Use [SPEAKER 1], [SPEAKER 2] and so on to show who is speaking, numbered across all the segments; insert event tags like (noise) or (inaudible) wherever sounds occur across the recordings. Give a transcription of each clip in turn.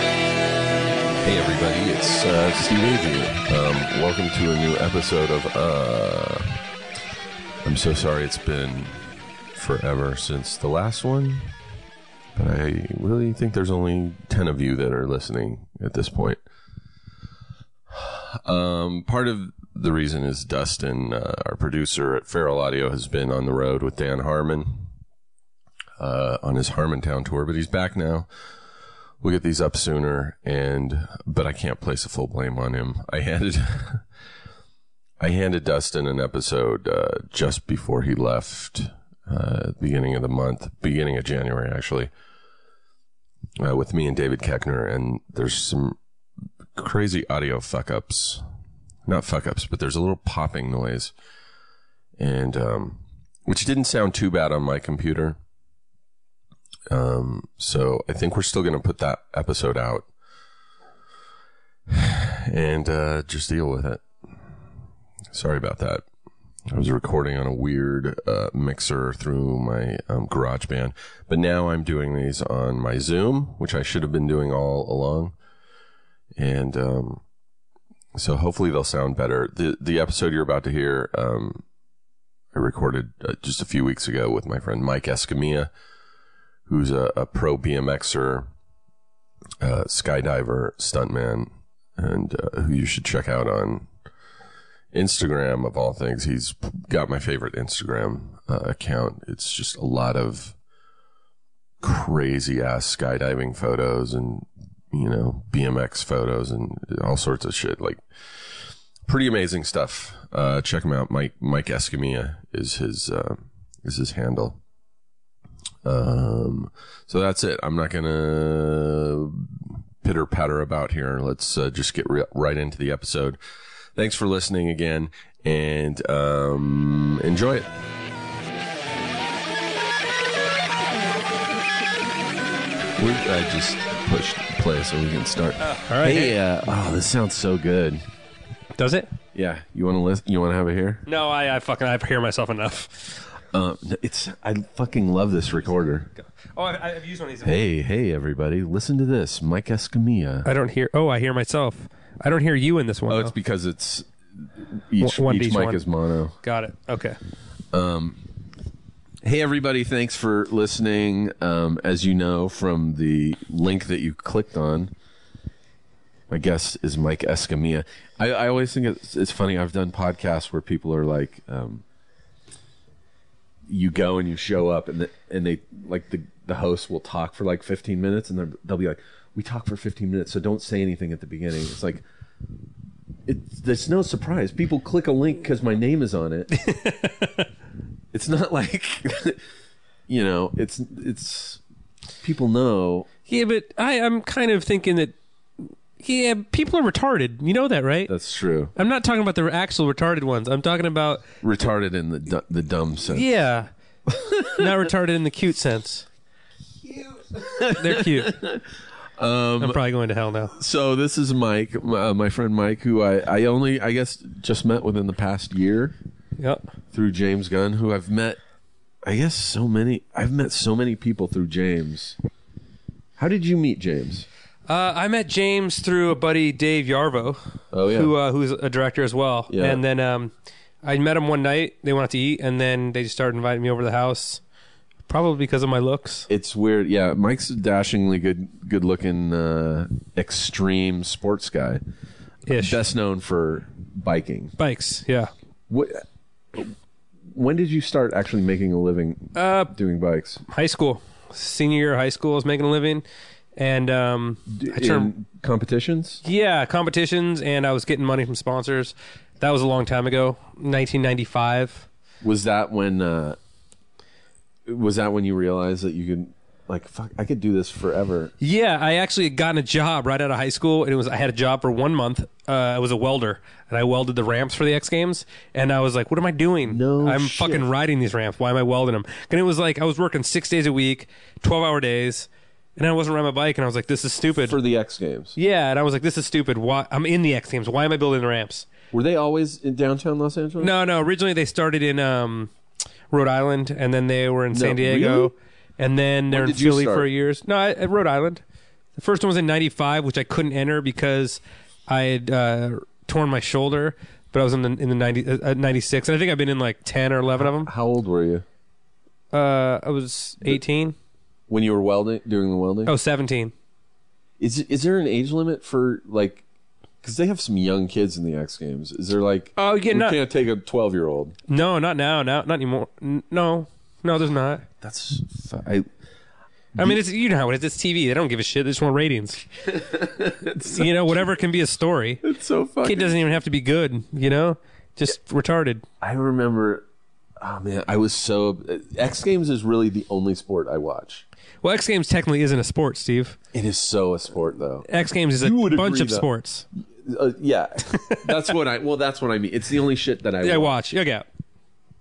[SPEAKER 1] Hey everybody, it's uh, Steve Avey. Um, welcome to a new episode of uh, I'm so sorry it's been forever since the last one, but I really think there's only ten of you that are listening at this point. Um, part of the reason is Dustin, uh, our producer at Feral Audio, has been on the road with Dan Harmon uh, on his Harmontown tour, but he's back now we'll get these up sooner and but i can't place a full blame on him i handed (laughs) i handed dustin an episode uh, just before he left uh, beginning of the month beginning of january actually uh, with me and david keckner and there's some crazy audio fuck ups not fuck ups but there's a little popping noise and um, which didn't sound too bad on my computer um, so I think we're still going to put that episode out and uh, just deal with it. Sorry about that. I was recording on a weird uh, mixer through my um, GarageBand, but now I'm doing these on my Zoom, which I should have been doing all along. And um, so hopefully they'll sound better. The the episode you're about to hear, um, I recorded uh, just a few weeks ago with my friend Mike Escamilla who's a, a pro BMXer, uh, skydiver, stuntman, and uh, who you should check out on Instagram of all things. He's got my favorite Instagram uh, account. It's just a lot of crazy ass skydiving photos and you know BMX photos and all sorts of shit like pretty amazing stuff. Uh, check him out. Mike Mike Escamilla is his uh, is his handle. Um, so that's it. I'm not gonna pitter patter about here. Let's uh, just get re- right into the episode. Thanks for listening again, and um, enjoy it. We, I just pushed play so we can start.
[SPEAKER 2] All right.
[SPEAKER 1] hey, uh, oh, this sounds so good.
[SPEAKER 2] Does it?
[SPEAKER 1] Yeah, you want to listen? You want to have it here?
[SPEAKER 2] No, I, I fucking I hear myself enough.
[SPEAKER 1] Um, it's I fucking love this recorder.
[SPEAKER 2] (laughs) Oh, I, I've used one of these.
[SPEAKER 1] Hey, hey, everybody, listen to this, Mike Escamilla.
[SPEAKER 2] I don't hear. Oh, I hear myself. I don't hear you in this one.
[SPEAKER 1] Oh,
[SPEAKER 2] though.
[SPEAKER 1] it's because it's each,
[SPEAKER 2] One- one
[SPEAKER 1] each
[SPEAKER 2] each
[SPEAKER 1] mic
[SPEAKER 2] one.
[SPEAKER 1] is mono.
[SPEAKER 2] Got it. Okay.
[SPEAKER 1] Hey, everybody, thanks for listening. Um, as you know from the link that you clicked on, my guest is Mike Escamilla. I, I always think it's, it's funny. I've done podcasts where people are like, um, you go and you show up, and the, and they like the the host will talk for like 15 minutes, and they're- they'll be like, "We talk for 15 minutes, so don't say anything at the beginning." It's like. It's, it's no surprise. People click a link because my name is on it. it's not (laughs) like, you know, it's it's people know
[SPEAKER 2] Yeah, but I I'm kind of thinking that. Yeah, people are retarded. You know that, right?
[SPEAKER 1] that's true.
[SPEAKER 2] I'm not talking about the actual retarded ones. I'm talking about
[SPEAKER 1] retarded in the du- the dumb sense.
[SPEAKER 2] (laughs) yeah, not retarded in the cute sense. Cute. They're cute. (laughs) Um, I'm probably going to hell now.
[SPEAKER 1] So this is Mike, m- uh, my friend Mike, who I, I only I guess just met within the past year
[SPEAKER 2] Yep.
[SPEAKER 1] through James Gunn, who I've met. I guess so many. I've met so many people through James. How did you meet James?
[SPEAKER 2] Uh, I met James through a buddy, Dave Yarvo,
[SPEAKER 1] Oh, yeah.
[SPEAKER 2] who uh, who's a director as well.
[SPEAKER 1] Yeah.
[SPEAKER 2] And then um, I met him one night. They went out to eat, and then they just started inviting me over to the house, probably because of my looks.
[SPEAKER 1] It's weird. Yeah, Mike's a dashingly good, good looking, uh, extreme sports guy.
[SPEAKER 2] Ish
[SPEAKER 1] Best known for biking.
[SPEAKER 2] bikes, yeah.
[SPEAKER 1] What? When did you start actually making a living
[SPEAKER 2] Uh,
[SPEAKER 1] doing bikes?
[SPEAKER 2] high school, senior year of high school, I was making a living, and um, I turned
[SPEAKER 1] in competitions?
[SPEAKER 2] yeah competitions, and I was getting money from sponsors, That was a long time ago, 1995.
[SPEAKER 1] Was that when? Uh, was that when you realized that you could, like, fuck, I could do this forever?
[SPEAKER 2] Yeah, I actually had gotten a job right out of high school, and it was I had a job for one month. Uh, I was a welder, and I welded the ramps for the X Games, and I was like, "What am I doing?
[SPEAKER 1] No
[SPEAKER 2] I'm
[SPEAKER 1] shit.
[SPEAKER 2] fucking riding these ramps. Why am I welding them?" And it was like I was working six days a week, twelve-hour days, and I wasn't riding my bike, and I was like, "This is stupid."
[SPEAKER 1] For the X Games,
[SPEAKER 2] yeah, and I was like, "This is stupid. Why I'm in the X Games? Why am I building the ramps?"
[SPEAKER 1] were they always in downtown Los Angeles?
[SPEAKER 2] No, no. Originally, they started in um, Rhode Island, and then they were in San Diego,
[SPEAKER 1] really?
[SPEAKER 2] and then they're in
[SPEAKER 1] did you
[SPEAKER 2] Philly for
[SPEAKER 1] start?
[SPEAKER 2] years. No, I, at Rhode Island. The first one was in '95, which I couldn't enter because I had uh, torn my shoulder. But I was in the in the ninety uh, '96, and I think I've been in like ten or eleven of them.
[SPEAKER 1] How old were you
[SPEAKER 2] Uh, I was 18.
[SPEAKER 1] when you were welding, doing the welding?
[SPEAKER 2] Oh, 17.
[SPEAKER 1] Is is there an age limit for like? Because they have some young kids in the X Games. Is there like?
[SPEAKER 2] Oh, yeah,
[SPEAKER 1] we
[SPEAKER 2] no-
[SPEAKER 1] can't take a twelve year old.
[SPEAKER 2] No, not now. Now, not anymore. N- No, no, there's not.
[SPEAKER 1] That's I.
[SPEAKER 2] I mean, it's you know how it is. It's TV. They don't give a shit. They just
[SPEAKER 1] (laughs)
[SPEAKER 2] want ratings. you know, whatever can be a story.
[SPEAKER 1] It's so fucking.
[SPEAKER 2] Kid doesn't even have to be good, you know? Just retarded.
[SPEAKER 1] I remember. Oh man, I was so X Games is really the only sport I watch.
[SPEAKER 2] Well, X Games technically isn't a sport, Steve.
[SPEAKER 1] It is so a sport though.
[SPEAKER 2] X Games is a
[SPEAKER 1] You would
[SPEAKER 2] bunch
[SPEAKER 1] agree,
[SPEAKER 2] of
[SPEAKER 1] though.
[SPEAKER 2] sports.
[SPEAKER 1] Uh,
[SPEAKER 2] (laughs)
[SPEAKER 1] yeah, that's what I. Well, that's what I mean. It's the only shit that I.
[SPEAKER 2] Yeah,
[SPEAKER 1] watch.
[SPEAKER 2] watch. Yeah, yeah.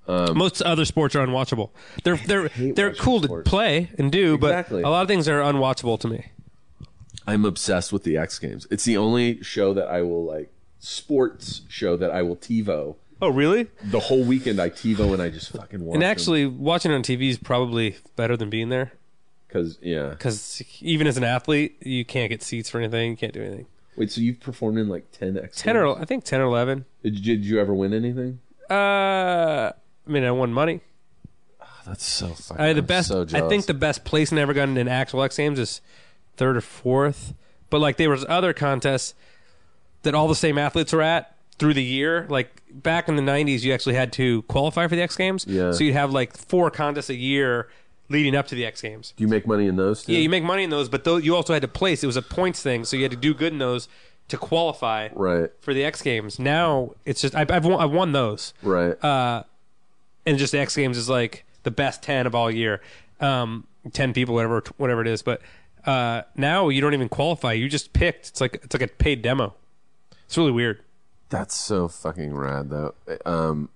[SPEAKER 1] Um,
[SPEAKER 2] Most other sports are unwatchable. They're they're they're
[SPEAKER 1] watching
[SPEAKER 2] cool
[SPEAKER 1] sports.
[SPEAKER 2] to play and do,
[SPEAKER 1] Exactly.
[SPEAKER 2] but a lot of things are unwatchable to me.
[SPEAKER 1] I'm obsessed with the X Games. It's the only show that I will like sports show that I will TiVo
[SPEAKER 2] Oh, really?
[SPEAKER 1] the whole weekend. I TiVo and I just fucking watch.
[SPEAKER 2] And actually, watching it on TV is probably better than being there
[SPEAKER 1] because yeah,
[SPEAKER 2] because even as an athlete, you can't get seats for anything. You can't do anything.
[SPEAKER 1] wait. So you've performed in like ten X.
[SPEAKER 2] Ten or I think ten or eleven.
[SPEAKER 1] Did, you- did you ever win anything?
[SPEAKER 2] Uh, I mean, I won money.
[SPEAKER 1] That's so fucking.
[SPEAKER 2] I had the best. I think the best place I ever gotten in actual X Games is third or fourth. But like there was other contests that all the same athletes were at through the year. Like back in the '90s, you actually had to qualify for the X Games.
[SPEAKER 1] Yeah.
[SPEAKER 2] So you'd have like four contests a year leading up to the X Games.
[SPEAKER 1] Do you make money in those? Too?
[SPEAKER 2] Yeah, you make money in those, but though you also had to place. It was a points thing, so you had to do good in those to qualify
[SPEAKER 1] right,
[SPEAKER 2] for the X Games. Now it's just I, I've won, I've won those
[SPEAKER 1] right.
[SPEAKER 2] and just the X Games is like the best ten of all year, um, ten people, whatever, whatever it is. But uh, now you don't even qualify; you just picked. It's like it's like a paid demo. It's really weird.
[SPEAKER 1] That's so fucking rad, though. Um,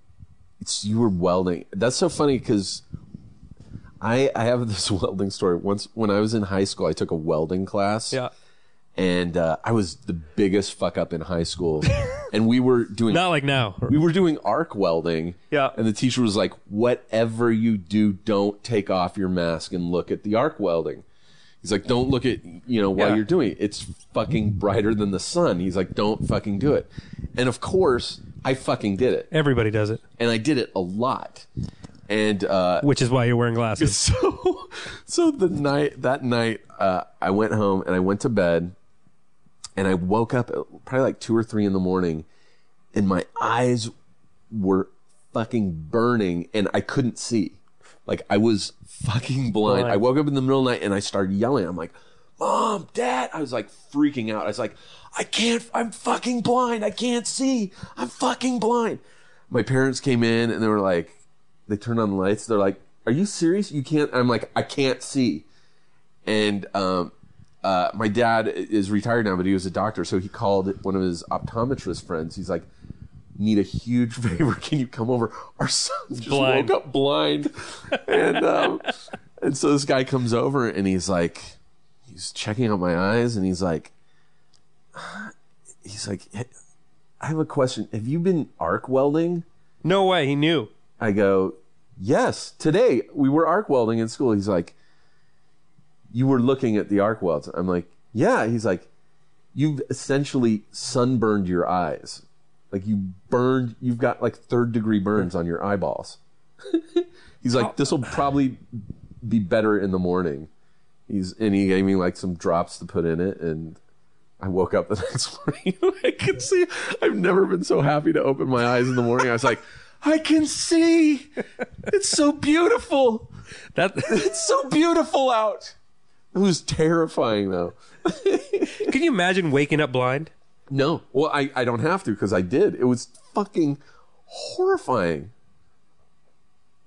[SPEAKER 1] it's you were welding. That's so funny because I I have (laughs) this welding story. Once when I was in high school, I took a welding class. and uh, I was the biggest fuck up in high school, and we were doing
[SPEAKER 2] not like now.
[SPEAKER 1] we were doing arc welding.
[SPEAKER 2] Yeah.
[SPEAKER 1] and the teacher was like, "Whatever you do, don't take off your mask and look at the arc welding." He's like, "Don't look at you know while
[SPEAKER 2] Yeah.
[SPEAKER 1] you're doing it. It's fucking brighter than the sun." He's like, "Don't fucking do it," and of course I fucking did it,
[SPEAKER 2] Everybody does it,
[SPEAKER 1] and I did it a lot, and uh,
[SPEAKER 2] which is why you're wearing
[SPEAKER 1] (laughs)
[SPEAKER 2] glasses.
[SPEAKER 1] so so the night that night uh, i went home and i went to bed and i woke up at probably like two or three in the morning and my eyes were fucking burning and i couldn't see like i was fucking blind,
[SPEAKER 2] Blind.
[SPEAKER 1] i woke up in the middle of the night and i started yelling i'm like mom dad i was like freaking out i was like i can't i'm fucking blind i can't see i'm fucking blind my parents came in and they were like they turn on the lights. They're like, "Are you serious? You can't." I'm like, "I can't see." And um, uh, my dad is retired now, but he was a doctor, so he called one of his optometrist friends. He's like, "Need a huge (laughs) favor? Can you come over?" Our son just
[SPEAKER 2] Blind.
[SPEAKER 1] woke up blind, and um, and so this guy comes over and he's like, he's checking out my eyes, and he's like, he's like, "I have a question. Have you been arc welding?"
[SPEAKER 2] No way, he knew.
[SPEAKER 1] I go, yes, today we were arc welding in school. He's like, you were looking at the arc welds. I'm like, yeah. He's like, you've essentially sunburned your eyes. Like you burned, you've got like third degree burns on your eyeballs. (laughs) He's like, this will probably be better in the morning. He's and he gave me like some drops to put in it, and I woke up the (laughs) next morning. and I could see. I've never been so happy to open my eyes in the morning. I was like, I can see. It's so beautiful.
[SPEAKER 2] That
[SPEAKER 1] (laughs) It's so beautiful out. It was terrifying though.
[SPEAKER 2] can you imagine waking up blind?
[SPEAKER 1] No, well, I I don't have to because I did. It was fucking horrifying.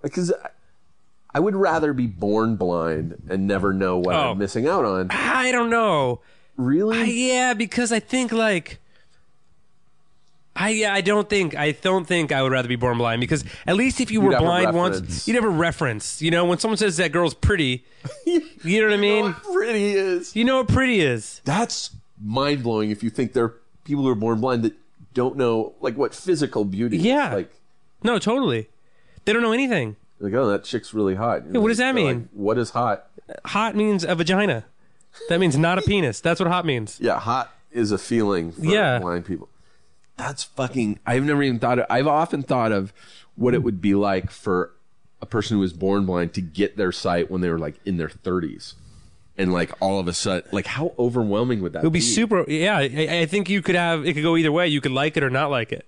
[SPEAKER 1] Because I, I would rather be born blind and never know what
[SPEAKER 2] Oh.
[SPEAKER 1] I'm missing out on.
[SPEAKER 2] I don't know.
[SPEAKER 1] Really?
[SPEAKER 2] I, yeah, because I think like I yeah, I don't think I don't think I would rather be born blind because at least if you were
[SPEAKER 1] have a
[SPEAKER 2] blind
[SPEAKER 1] reference.
[SPEAKER 2] once, you'd have a reference. You know, when someone says that girl's pretty, you know what I mean?
[SPEAKER 1] really is.
[SPEAKER 2] You know what pretty is.
[SPEAKER 1] That's mind blowing if you think there are people who are born blind that don't know like what physical beauty. is.
[SPEAKER 2] Yeah.
[SPEAKER 1] Like
[SPEAKER 2] No, totally. They don't know anything.
[SPEAKER 1] like oh that chick's really hot.
[SPEAKER 2] Yeah, what does that
[SPEAKER 1] They're like,
[SPEAKER 2] mean?
[SPEAKER 1] what is hot?
[SPEAKER 2] Hot means a vagina. That means not a penis. That's what hot means.
[SPEAKER 1] Yeah, hot is a feeling for
[SPEAKER 2] Yeah.
[SPEAKER 1] blind people. That's fucking. I've never even thought of. I've often thought of what it would be like for a person who was born blind to get their sight when they were like in their thirties, and like all of a sudden, like how overwhelming would that?
[SPEAKER 2] It would be super. Yeah, I, I think you could have. It could go either way. You could like it or not like it.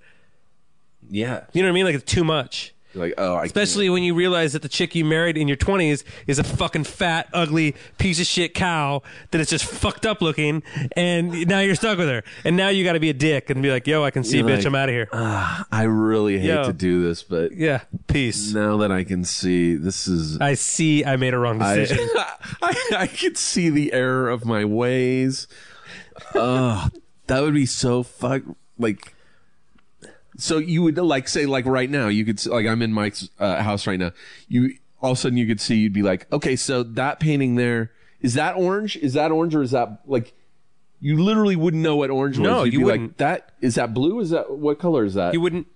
[SPEAKER 1] Yeah.
[SPEAKER 2] You know what I mean? Like it's too much.
[SPEAKER 1] Like oh, I can't-
[SPEAKER 2] Especially when you realize that the chick you married in your 20s is a fucking fat, ugly, piece of shit cow that is just fucked up looking, and now you're stuck with her. And now you got to be a dick and be like, yo, I can see,
[SPEAKER 1] You're like,
[SPEAKER 2] bitch,
[SPEAKER 1] ah,
[SPEAKER 2] I'm out of here.
[SPEAKER 1] I really hate
[SPEAKER 2] Yo.
[SPEAKER 1] to do this, but
[SPEAKER 2] yeah, peace.
[SPEAKER 1] now that I can see, this is.
[SPEAKER 2] I see I made a wrong decision.
[SPEAKER 1] I, (laughs) I, I could see the error of my ways. Ugh, that would be so fuck. Like, so you would like say like right now you could s- like I'm in Mike's uh, house right now. You all of a sudden you could see you'd be like, okay, so that painting there is that orange? Is that orange or is that like? You literally wouldn't know what orange
[SPEAKER 2] No,
[SPEAKER 1] was. You'd
[SPEAKER 2] you
[SPEAKER 1] be
[SPEAKER 2] wouldn't.
[SPEAKER 1] Like, that is that blue? Is that what color is that?
[SPEAKER 2] you wouldn't.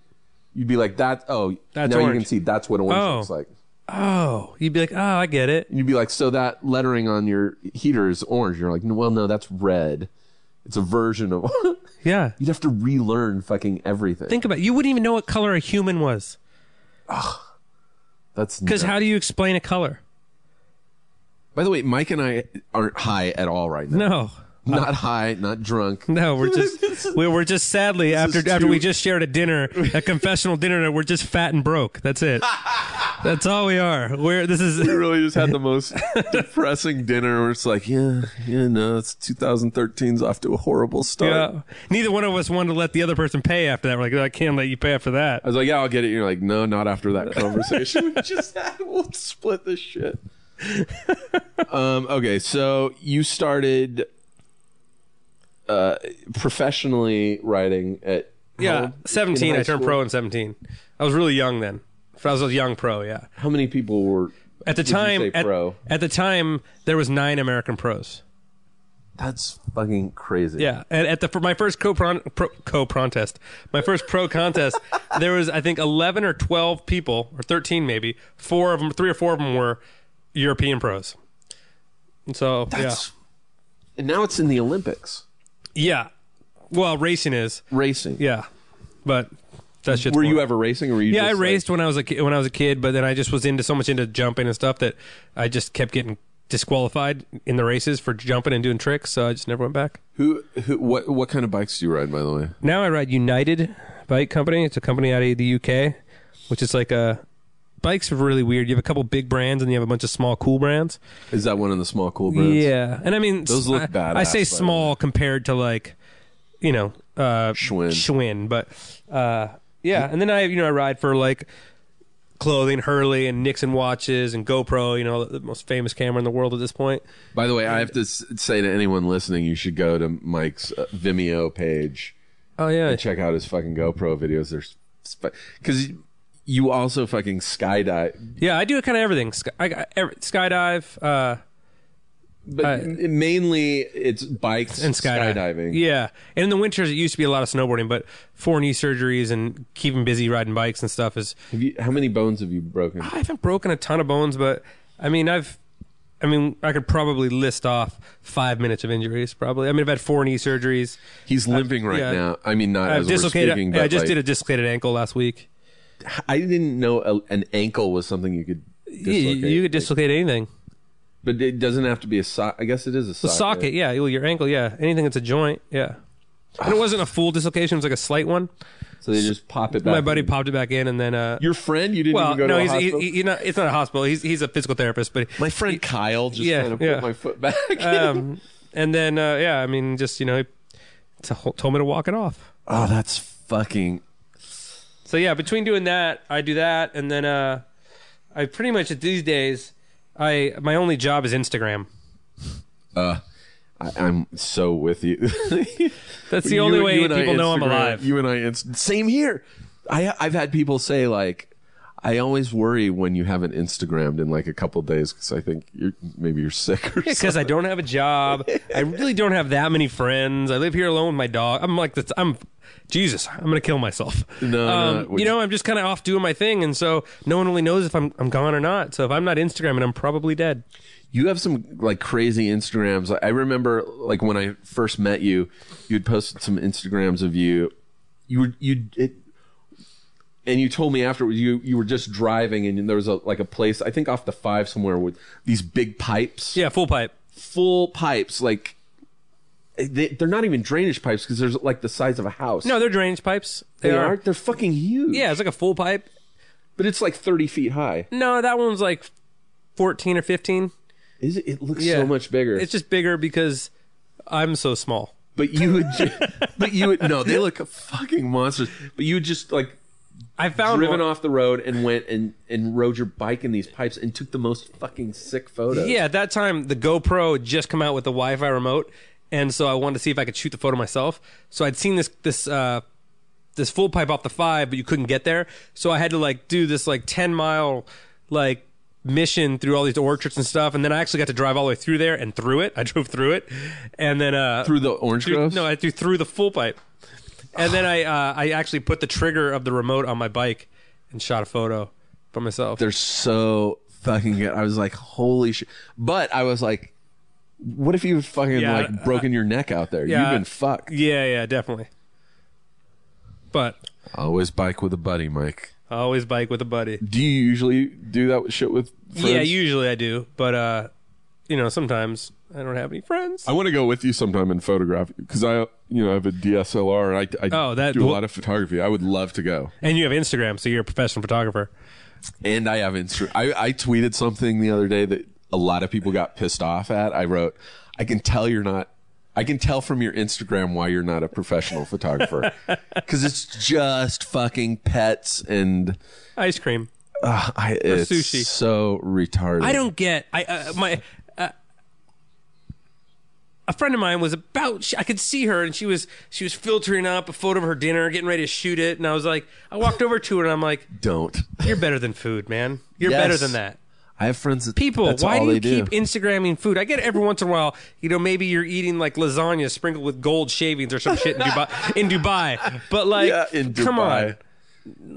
[SPEAKER 1] You'd be like that. Oh,
[SPEAKER 2] That's
[SPEAKER 1] now you
[SPEAKER 2] orange.
[SPEAKER 1] can see that's what orange
[SPEAKER 2] Oh.
[SPEAKER 1] looks like.
[SPEAKER 2] Oh, you'd be like, oh, I get it.
[SPEAKER 1] And you'd be like, so that lettering on your heater is orange. You're like, no, well, no, that's red. It's a version of. (laughs)
[SPEAKER 2] Yeah.
[SPEAKER 1] you'd have to relearn fucking everything.
[SPEAKER 2] Think about it. You wouldn't even know what color a human was.
[SPEAKER 1] that's
[SPEAKER 2] Because
[SPEAKER 1] nuts.
[SPEAKER 2] how do you explain a color?
[SPEAKER 1] By the way, Mike and I aren't high at all right now.
[SPEAKER 2] No.
[SPEAKER 1] Not high, not (laughs) drunk.
[SPEAKER 2] (laughs) No,
[SPEAKER 1] (laughs)
[SPEAKER 2] we're just we we're just sadly after
[SPEAKER 1] is
[SPEAKER 2] after
[SPEAKER 1] too-
[SPEAKER 2] we just shared a dinner,
[SPEAKER 1] (laughs)
[SPEAKER 2] a confessional dinner, we're just fat and broke. That's it. That's all we are. We're this
[SPEAKER 1] We (laughs)
[SPEAKER 2] is
[SPEAKER 1] really just had the most depressing dinner where it's like, yeah, yeah, no, it's 2013's off to a horrible start.
[SPEAKER 2] yeah. Neither one of us wanted to let the other person pay after that. We're like, "Oh, I can't let you pay after that.
[SPEAKER 1] I was like, yeah, I'll get it. And you're like, no, not after that conversation. we just had, we'll split this shit. um, okay, so you started uh, professionally writing at
[SPEAKER 2] Yeah,
[SPEAKER 1] how- in
[SPEAKER 2] seventeen.
[SPEAKER 1] high
[SPEAKER 2] I turned
[SPEAKER 1] school?
[SPEAKER 2] pro in seventeen. I was really young then. I was a young pro. Yeah.
[SPEAKER 1] How many people were
[SPEAKER 2] At the
[SPEAKER 1] would you
[SPEAKER 2] time,
[SPEAKER 1] say
[SPEAKER 2] at,
[SPEAKER 1] pro?
[SPEAKER 2] at the time, there was nine American pros.
[SPEAKER 1] That's fucking crazy.
[SPEAKER 2] Yeah, and at the for my first co pro co contest, my first
[SPEAKER 1] (laughs)
[SPEAKER 2] pro contest, there was I think eleven or twelve people or thirteen maybe. Four of them, three or four of them were European pros. And so
[SPEAKER 1] That's, And now it's in the Olympics.
[SPEAKER 2] yeah, yeah. Well, racing is
[SPEAKER 1] Racing.
[SPEAKER 2] yeah, but that shit's
[SPEAKER 1] Were
[SPEAKER 2] boring.
[SPEAKER 1] you ever racing or were you
[SPEAKER 2] Yeah, I
[SPEAKER 1] just, like-
[SPEAKER 2] raced when I was a ki- when I was a kid, but then I just was into so much into jumping and stuff that I just kept getting disqualified in the races for jumping and doing tricks, so I just never went back.
[SPEAKER 1] who who what what kind of bikes do you ride by the way?
[SPEAKER 2] Now I ride United Bike Company. It's a company out of the UK, which is like a bikes are really weird. You have a couple big brands and you have a bunch of small cool brands.
[SPEAKER 1] Is that one of the small cool brands?
[SPEAKER 2] Yeah, and I mean
[SPEAKER 1] Those look
[SPEAKER 2] I,
[SPEAKER 1] badass,
[SPEAKER 2] I
[SPEAKER 1] by
[SPEAKER 2] say
[SPEAKER 1] the
[SPEAKER 2] small compared to like you know uh,
[SPEAKER 1] Schwinn.
[SPEAKER 2] Schwinn, but uh, yeah. And then I you know I ride for like clothing, Hurley and Nixon watches and GoPro. You know the, the most famous camera in the world at this point.
[SPEAKER 1] By the way, I have to s- say to anyone listening, you should go to Mike's uh, Vimeo page
[SPEAKER 2] Oh yeah,
[SPEAKER 1] and check out his fucking GoPro videos. There's because you also fucking skydive,
[SPEAKER 2] yeah. I do kind of everything. Sky, I, I, every, skydive. Uh,
[SPEAKER 1] but m- mainly it's bikes
[SPEAKER 2] and skydiving.
[SPEAKER 1] skydiving.
[SPEAKER 2] Yeah, and in the winters it used to be a lot of snowboarding, but four knee surgeries and keeping busy riding bikes and stuff is.
[SPEAKER 1] Have you, how many bones have you broken?
[SPEAKER 2] I haven't broken a ton of bones, but I mean I've, I mean I could probably list off five minutes of injuries. Probably I mean I've had four knee surgeries.
[SPEAKER 1] He's limping right
[SPEAKER 2] yeah.
[SPEAKER 1] now. I mean, not
[SPEAKER 2] I've
[SPEAKER 1] as we're
[SPEAKER 2] dislocated.
[SPEAKER 1] speaking,
[SPEAKER 2] yeah,
[SPEAKER 1] but
[SPEAKER 2] I just
[SPEAKER 1] like,
[SPEAKER 2] did a dislocated ankle last week.
[SPEAKER 1] I didn't know a, an ankle was something you could.
[SPEAKER 2] Yeah, you-
[SPEAKER 1] Dislocate.
[SPEAKER 2] you could dislocate anything.
[SPEAKER 1] but it doesn't have to be a socket. I guess it is a
[SPEAKER 2] The
[SPEAKER 1] socket.
[SPEAKER 2] socket, yeah. Well, your ankle, yeah. Anything that's a joint, yeah. And it wasn't a full dislocation; it was like a slight one.
[SPEAKER 1] So they just pop it back.
[SPEAKER 2] My buddy
[SPEAKER 1] in.
[SPEAKER 2] popped it back in, and then uh,
[SPEAKER 1] Your friend, you didn't
[SPEAKER 2] well,
[SPEAKER 1] even go
[SPEAKER 2] no,
[SPEAKER 1] to a
[SPEAKER 2] he's he,
[SPEAKER 1] hospital?
[SPEAKER 2] he, you know, it's not a hospital. He's he's a physical
[SPEAKER 1] (laughs)
[SPEAKER 2] therapist, but
[SPEAKER 1] My friend Kyle just
[SPEAKER 2] Yeah,
[SPEAKER 1] kind of
[SPEAKER 2] yeah.
[SPEAKER 1] put my foot back. (laughs)
[SPEAKER 2] um, and then uh, yeah, I mean, just you know, he t- told me to walk it off.
[SPEAKER 1] oh, that's fucking.
[SPEAKER 2] So yeah, between doing that, I do that, and then uh, I pretty much these days, I my only job is Instagram.
[SPEAKER 1] I, I'm so with you. (laughs)
[SPEAKER 2] That's the
[SPEAKER 1] You-
[SPEAKER 2] only
[SPEAKER 1] you
[SPEAKER 2] way
[SPEAKER 1] and I
[SPEAKER 2] people know I'm
[SPEAKER 1] Instagram-
[SPEAKER 2] alive.
[SPEAKER 1] You and I, it's same here. I I've had people say like, I always worry when you haven't Instagrammed in like a couple of days because I think you're maybe you're sick or something.
[SPEAKER 2] because I don't have a job. I really don't have that many friends. I live here alone with my dog. I'm like this. I'm Jesus. I'm gonna kill myself.
[SPEAKER 1] No,
[SPEAKER 2] um,
[SPEAKER 1] no, we-
[SPEAKER 2] you know, I'm just kind of off doing my thing, and so no one really knows if I'm I'm gone or not. So if I'm not Instagramming, I'm probably dead.
[SPEAKER 1] You have some like crazy Instagrams. Like, I remember like when I first met you, you had posted some Instagrams of you. You were you it, and you told me afterwards you you were just driving and there was a like a place I think off the five somewhere with these big pipes.
[SPEAKER 2] Yeah, full pipe.
[SPEAKER 1] full pipes like they, they're not even drainage pipes because there's like the size of a house
[SPEAKER 2] No, they're drainage pipes.
[SPEAKER 1] they, aren't they're fucking huge
[SPEAKER 2] Yeah, it's like a full pipe.
[SPEAKER 1] but it's like 30 feet high
[SPEAKER 2] No, that one's like 14 or 15.
[SPEAKER 1] is it, it looks
[SPEAKER 2] Yeah.
[SPEAKER 1] so much bigger
[SPEAKER 2] It's just bigger because I'm so small.
[SPEAKER 1] but you would ju- but you would no they look fucking monsters but you would just like
[SPEAKER 2] I found
[SPEAKER 1] driven
[SPEAKER 2] one-
[SPEAKER 1] off the road and went and and rode your bike in these pipes and took the most fucking sick photos
[SPEAKER 2] Yeah, at that time the GoPro had just come out with the Wi-Fi remote, and so I wanted to see if I could shoot the photo myself. So I'd seen this this uh, this full pipe off the five, but you couldn't get there. So I had to like do this like ten mile like mission through all these orchards and stuff, and then I actually got to drive all the way through there and through it. (laughs) I drove through it, and then uh,
[SPEAKER 1] through the orange
[SPEAKER 2] through-
[SPEAKER 1] groves
[SPEAKER 2] No, I threw through the full pipe, and then I uh, I actually put the trigger of the remote on my bike and shot a photo for myself.
[SPEAKER 1] they're so fucking good. I was like, holy shit. But I was like, what if you've fucking
[SPEAKER 2] Yeah,
[SPEAKER 1] like
[SPEAKER 2] I-
[SPEAKER 1] broken your neck out there?
[SPEAKER 2] Yeah.
[SPEAKER 1] You've been fucked.
[SPEAKER 2] yeah, yeah, definitely. But
[SPEAKER 3] Always bike with a buddy, Mike.
[SPEAKER 2] I always bike with a buddy.
[SPEAKER 1] Do you usually do that shit with friends?
[SPEAKER 2] Yeah, usually I do, but uh, you know, sometimes I don't have any friends.
[SPEAKER 3] I want to go with you sometime and photograph because I, you know, I have a DSLR. and I, I
[SPEAKER 2] Oh, that-
[SPEAKER 3] do a lot of photography. I would love to go.
[SPEAKER 2] And you have Instagram, so you're a professional photographer.
[SPEAKER 1] And I have Insta.
[SPEAKER 3] I, I tweeted something the other day that a lot of people got pissed off at. I wrote, I can tell you're not, I can tell from your Instagram why you're not a professional photographer.
[SPEAKER 2] (laughs)
[SPEAKER 1] because it's just fucking pets and
[SPEAKER 2] Ice cream.
[SPEAKER 1] uh, I, it's
[SPEAKER 2] sushi.
[SPEAKER 1] so retarded.
[SPEAKER 2] I don't get. I uh, my uh, a friend of mine was about. She, I could see her, and she was she was filtering up a photo of her dinner, getting ready to shoot it. And I was like, I walked over to her, and I'm like,
[SPEAKER 1] don't.
[SPEAKER 2] "You're better than food, man. You're
[SPEAKER 1] Yes.
[SPEAKER 2] better than that."
[SPEAKER 1] I have friends that
[SPEAKER 2] People,
[SPEAKER 1] That's
[SPEAKER 2] why
[SPEAKER 1] all
[SPEAKER 2] do you
[SPEAKER 1] they do.
[SPEAKER 2] keep Instagramming food? I get it every once in a while. You know, maybe you're eating like lasagna sprinkled with gold shavings or some shit
[SPEAKER 1] (laughs)
[SPEAKER 2] in Dubai. in Dubai, but like,
[SPEAKER 1] yeah, in Dubai.
[SPEAKER 2] come on,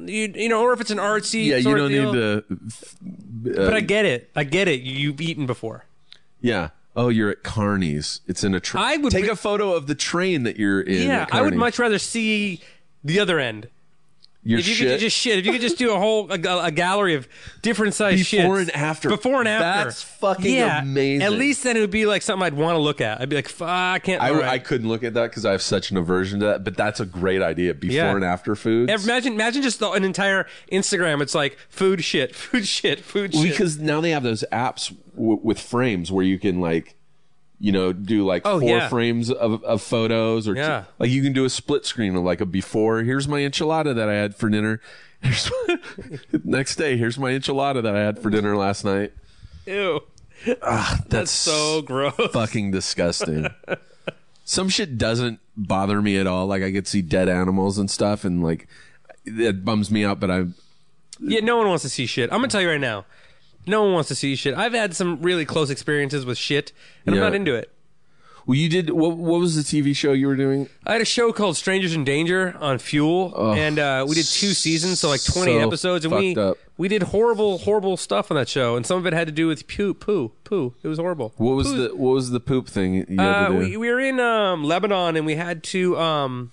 [SPEAKER 2] you, you know, or if it's an artsy,
[SPEAKER 1] Yeah, you
[SPEAKER 2] sort of
[SPEAKER 1] don't
[SPEAKER 2] deal.
[SPEAKER 1] need uh, to.
[SPEAKER 2] But I get it. I get it. You, have eaten before.
[SPEAKER 1] Yeah. Oh, you're at Carney's. It's in a train.
[SPEAKER 2] I would
[SPEAKER 1] take
[SPEAKER 2] be-
[SPEAKER 1] a photo of the train that you're in.
[SPEAKER 2] yeah,
[SPEAKER 1] at
[SPEAKER 2] I would
[SPEAKER 1] Kearney's.
[SPEAKER 2] much rather see the other end.
[SPEAKER 1] Your
[SPEAKER 2] If you
[SPEAKER 1] shit.
[SPEAKER 2] could just shit, if you could just do a whole a, a gallery of different size shits.
[SPEAKER 1] Before and after.
[SPEAKER 2] before and after,
[SPEAKER 1] That's fucking
[SPEAKER 2] yeah,
[SPEAKER 1] amazing.
[SPEAKER 2] At least then it would be like something I'd want to look at. I'd be like, Fuck, I can't.
[SPEAKER 1] I,
[SPEAKER 2] all right."
[SPEAKER 1] I couldn't look at that because I have such an aversion to that. But that's a great idea. Before
[SPEAKER 2] Yeah.
[SPEAKER 1] and after food.
[SPEAKER 2] Ev- Imagine, imagine just the, an entire Instagram. It's like food shit, (laughs) food shit, food shit.
[SPEAKER 1] because now they have those apps w- with frames where you can like, you know, do like
[SPEAKER 2] Oh,
[SPEAKER 1] four
[SPEAKER 2] yeah.
[SPEAKER 1] frames of, of photos or t-
[SPEAKER 2] Yeah.
[SPEAKER 1] like you can do a split screen of like a before. Here's my enchilada that I had for dinner. Here's (laughs) my, next day. Here's my enchilada that I had for dinner last night.
[SPEAKER 2] Ew,
[SPEAKER 1] That's, (laughs)
[SPEAKER 2] that's so gross.
[SPEAKER 1] fucking disgusting. Some shit doesn't bother me at all. Like I could see dead animals and stuff, and like that bums me out. But I,
[SPEAKER 2] Yeah, no one wants to see shit. I'm gonna tell you right now, no one wants to see shit. I've had some really close experiences with shit, and
[SPEAKER 1] Yeah.
[SPEAKER 2] I'm not into it.
[SPEAKER 1] well, you did. What, what was the TV show you were doing?
[SPEAKER 2] I had a show called Strangers in Danger on Fuel, and uh, we did two seasons, so like 20
[SPEAKER 1] so
[SPEAKER 2] episodes, and we
[SPEAKER 1] fucked up.
[SPEAKER 2] we did horrible, horrible stuff on that show, and some of it had to do with poo, poo, poo. It was horrible.
[SPEAKER 1] What was the What was the poop thing you had
[SPEAKER 2] Uh,
[SPEAKER 1] to do?
[SPEAKER 2] we, we were in um, Lebanon, and we had to. Um,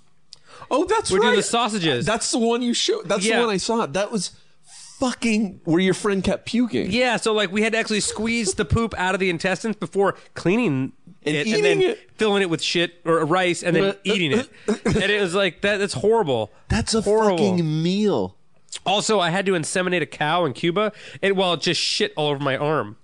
[SPEAKER 1] oh, that's
[SPEAKER 2] we're
[SPEAKER 1] right.
[SPEAKER 2] doing the sausages.
[SPEAKER 1] That's the one you showed. That's
[SPEAKER 2] Yeah.
[SPEAKER 1] the one I saw. That was fucking where your friend kept puking.
[SPEAKER 2] Yeah, so like we had to actually squeeze the poop out of the intestines before cleaning
[SPEAKER 1] And
[SPEAKER 2] it and
[SPEAKER 1] eating
[SPEAKER 2] then
[SPEAKER 1] it.
[SPEAKER 2] filling it with shit or rice
[SPEAKER 1] (laughs)
[SPEAKER 2] and then eating it. And it was like that that's horrible.
[SPEAKER 1] That's a
[SPEAKER 2] horrible.
[SPEAKER 1] fucking meal.
[SPEAKER 2] Also, I had to inseminate a cow in Cuba and well, it just shit all over my arm.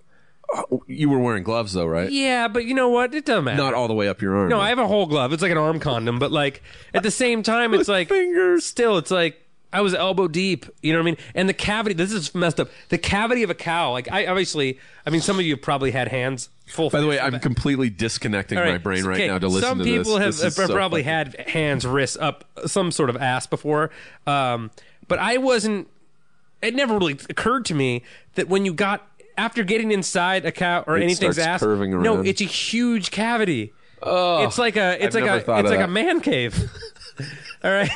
[SPEAKER 1] You were wearing gloves though, right?
[SPEAKER 2] Yeah, but you know what? It doesn't matter.
[SPEAKER 1] Not all the way up your arm. (laughs)
[SPEAKER 2] no, I have a whole glove. It's like an arm condom, but like at the same time it's like
[SPEAKER 1] fingers.
[SPEAKER 2] still it's like I was elbow deep. You know what I mean? And the cavity. This is messed up. The cavity of a cow. Like I obviously. I mean, some of you have probably had hands full.
[SPEAKER 3] By the
[SPEAKER 2] (laughs)
[SPEAKER 3] way,
[SPEAKER 2] of-
[SPEAKER 3] I'm completely disconnecting
[SPEAKER 2] All
[SPEAKER 3] my brain right
[SPEAKER 2] okay,
[SPEAKER 3] now to listen
[SPEAKER 2] some
[SPEAKER 3] to this.
[SPEAKER 2] people have,
[SPEAKER 3] This is
[SPEAKER 2] have
[SPEAKER 3] so
[SPEAKER 2] probably
[SPEAKER 3] fucking-
[SPEAKER 2] had hands, wrists up, some sort of ass before. Um, but I wasn't. It never really occurred to me that when you got after getting inside a cow or
[SPEAKER 1] It
[SPEAKER 2] anything's
[SPEAKER 1] starts
[SPEAKER 2] ass,
[SPEAKER 1] curving
[SPEAKER 2] no,
[SPEAKER 1] around.
[SPEAKER 2] it's a huge cavity. Oh, it's like a it's
[SPEAKER 1] I've
[SPEAKER 2] like
[SPEAKER 1] never
[SPEAKER 2] a
[SPEAKER 1] thought
[SPEAKER 2] it's
[SPEAKER 1] of
[SPEAKER 2] like
[SPEAKER 1] that.
[SPEAKER 2] a
[SPEAKER 3] (laughs)
[SPEAKER 2] man cave. All right,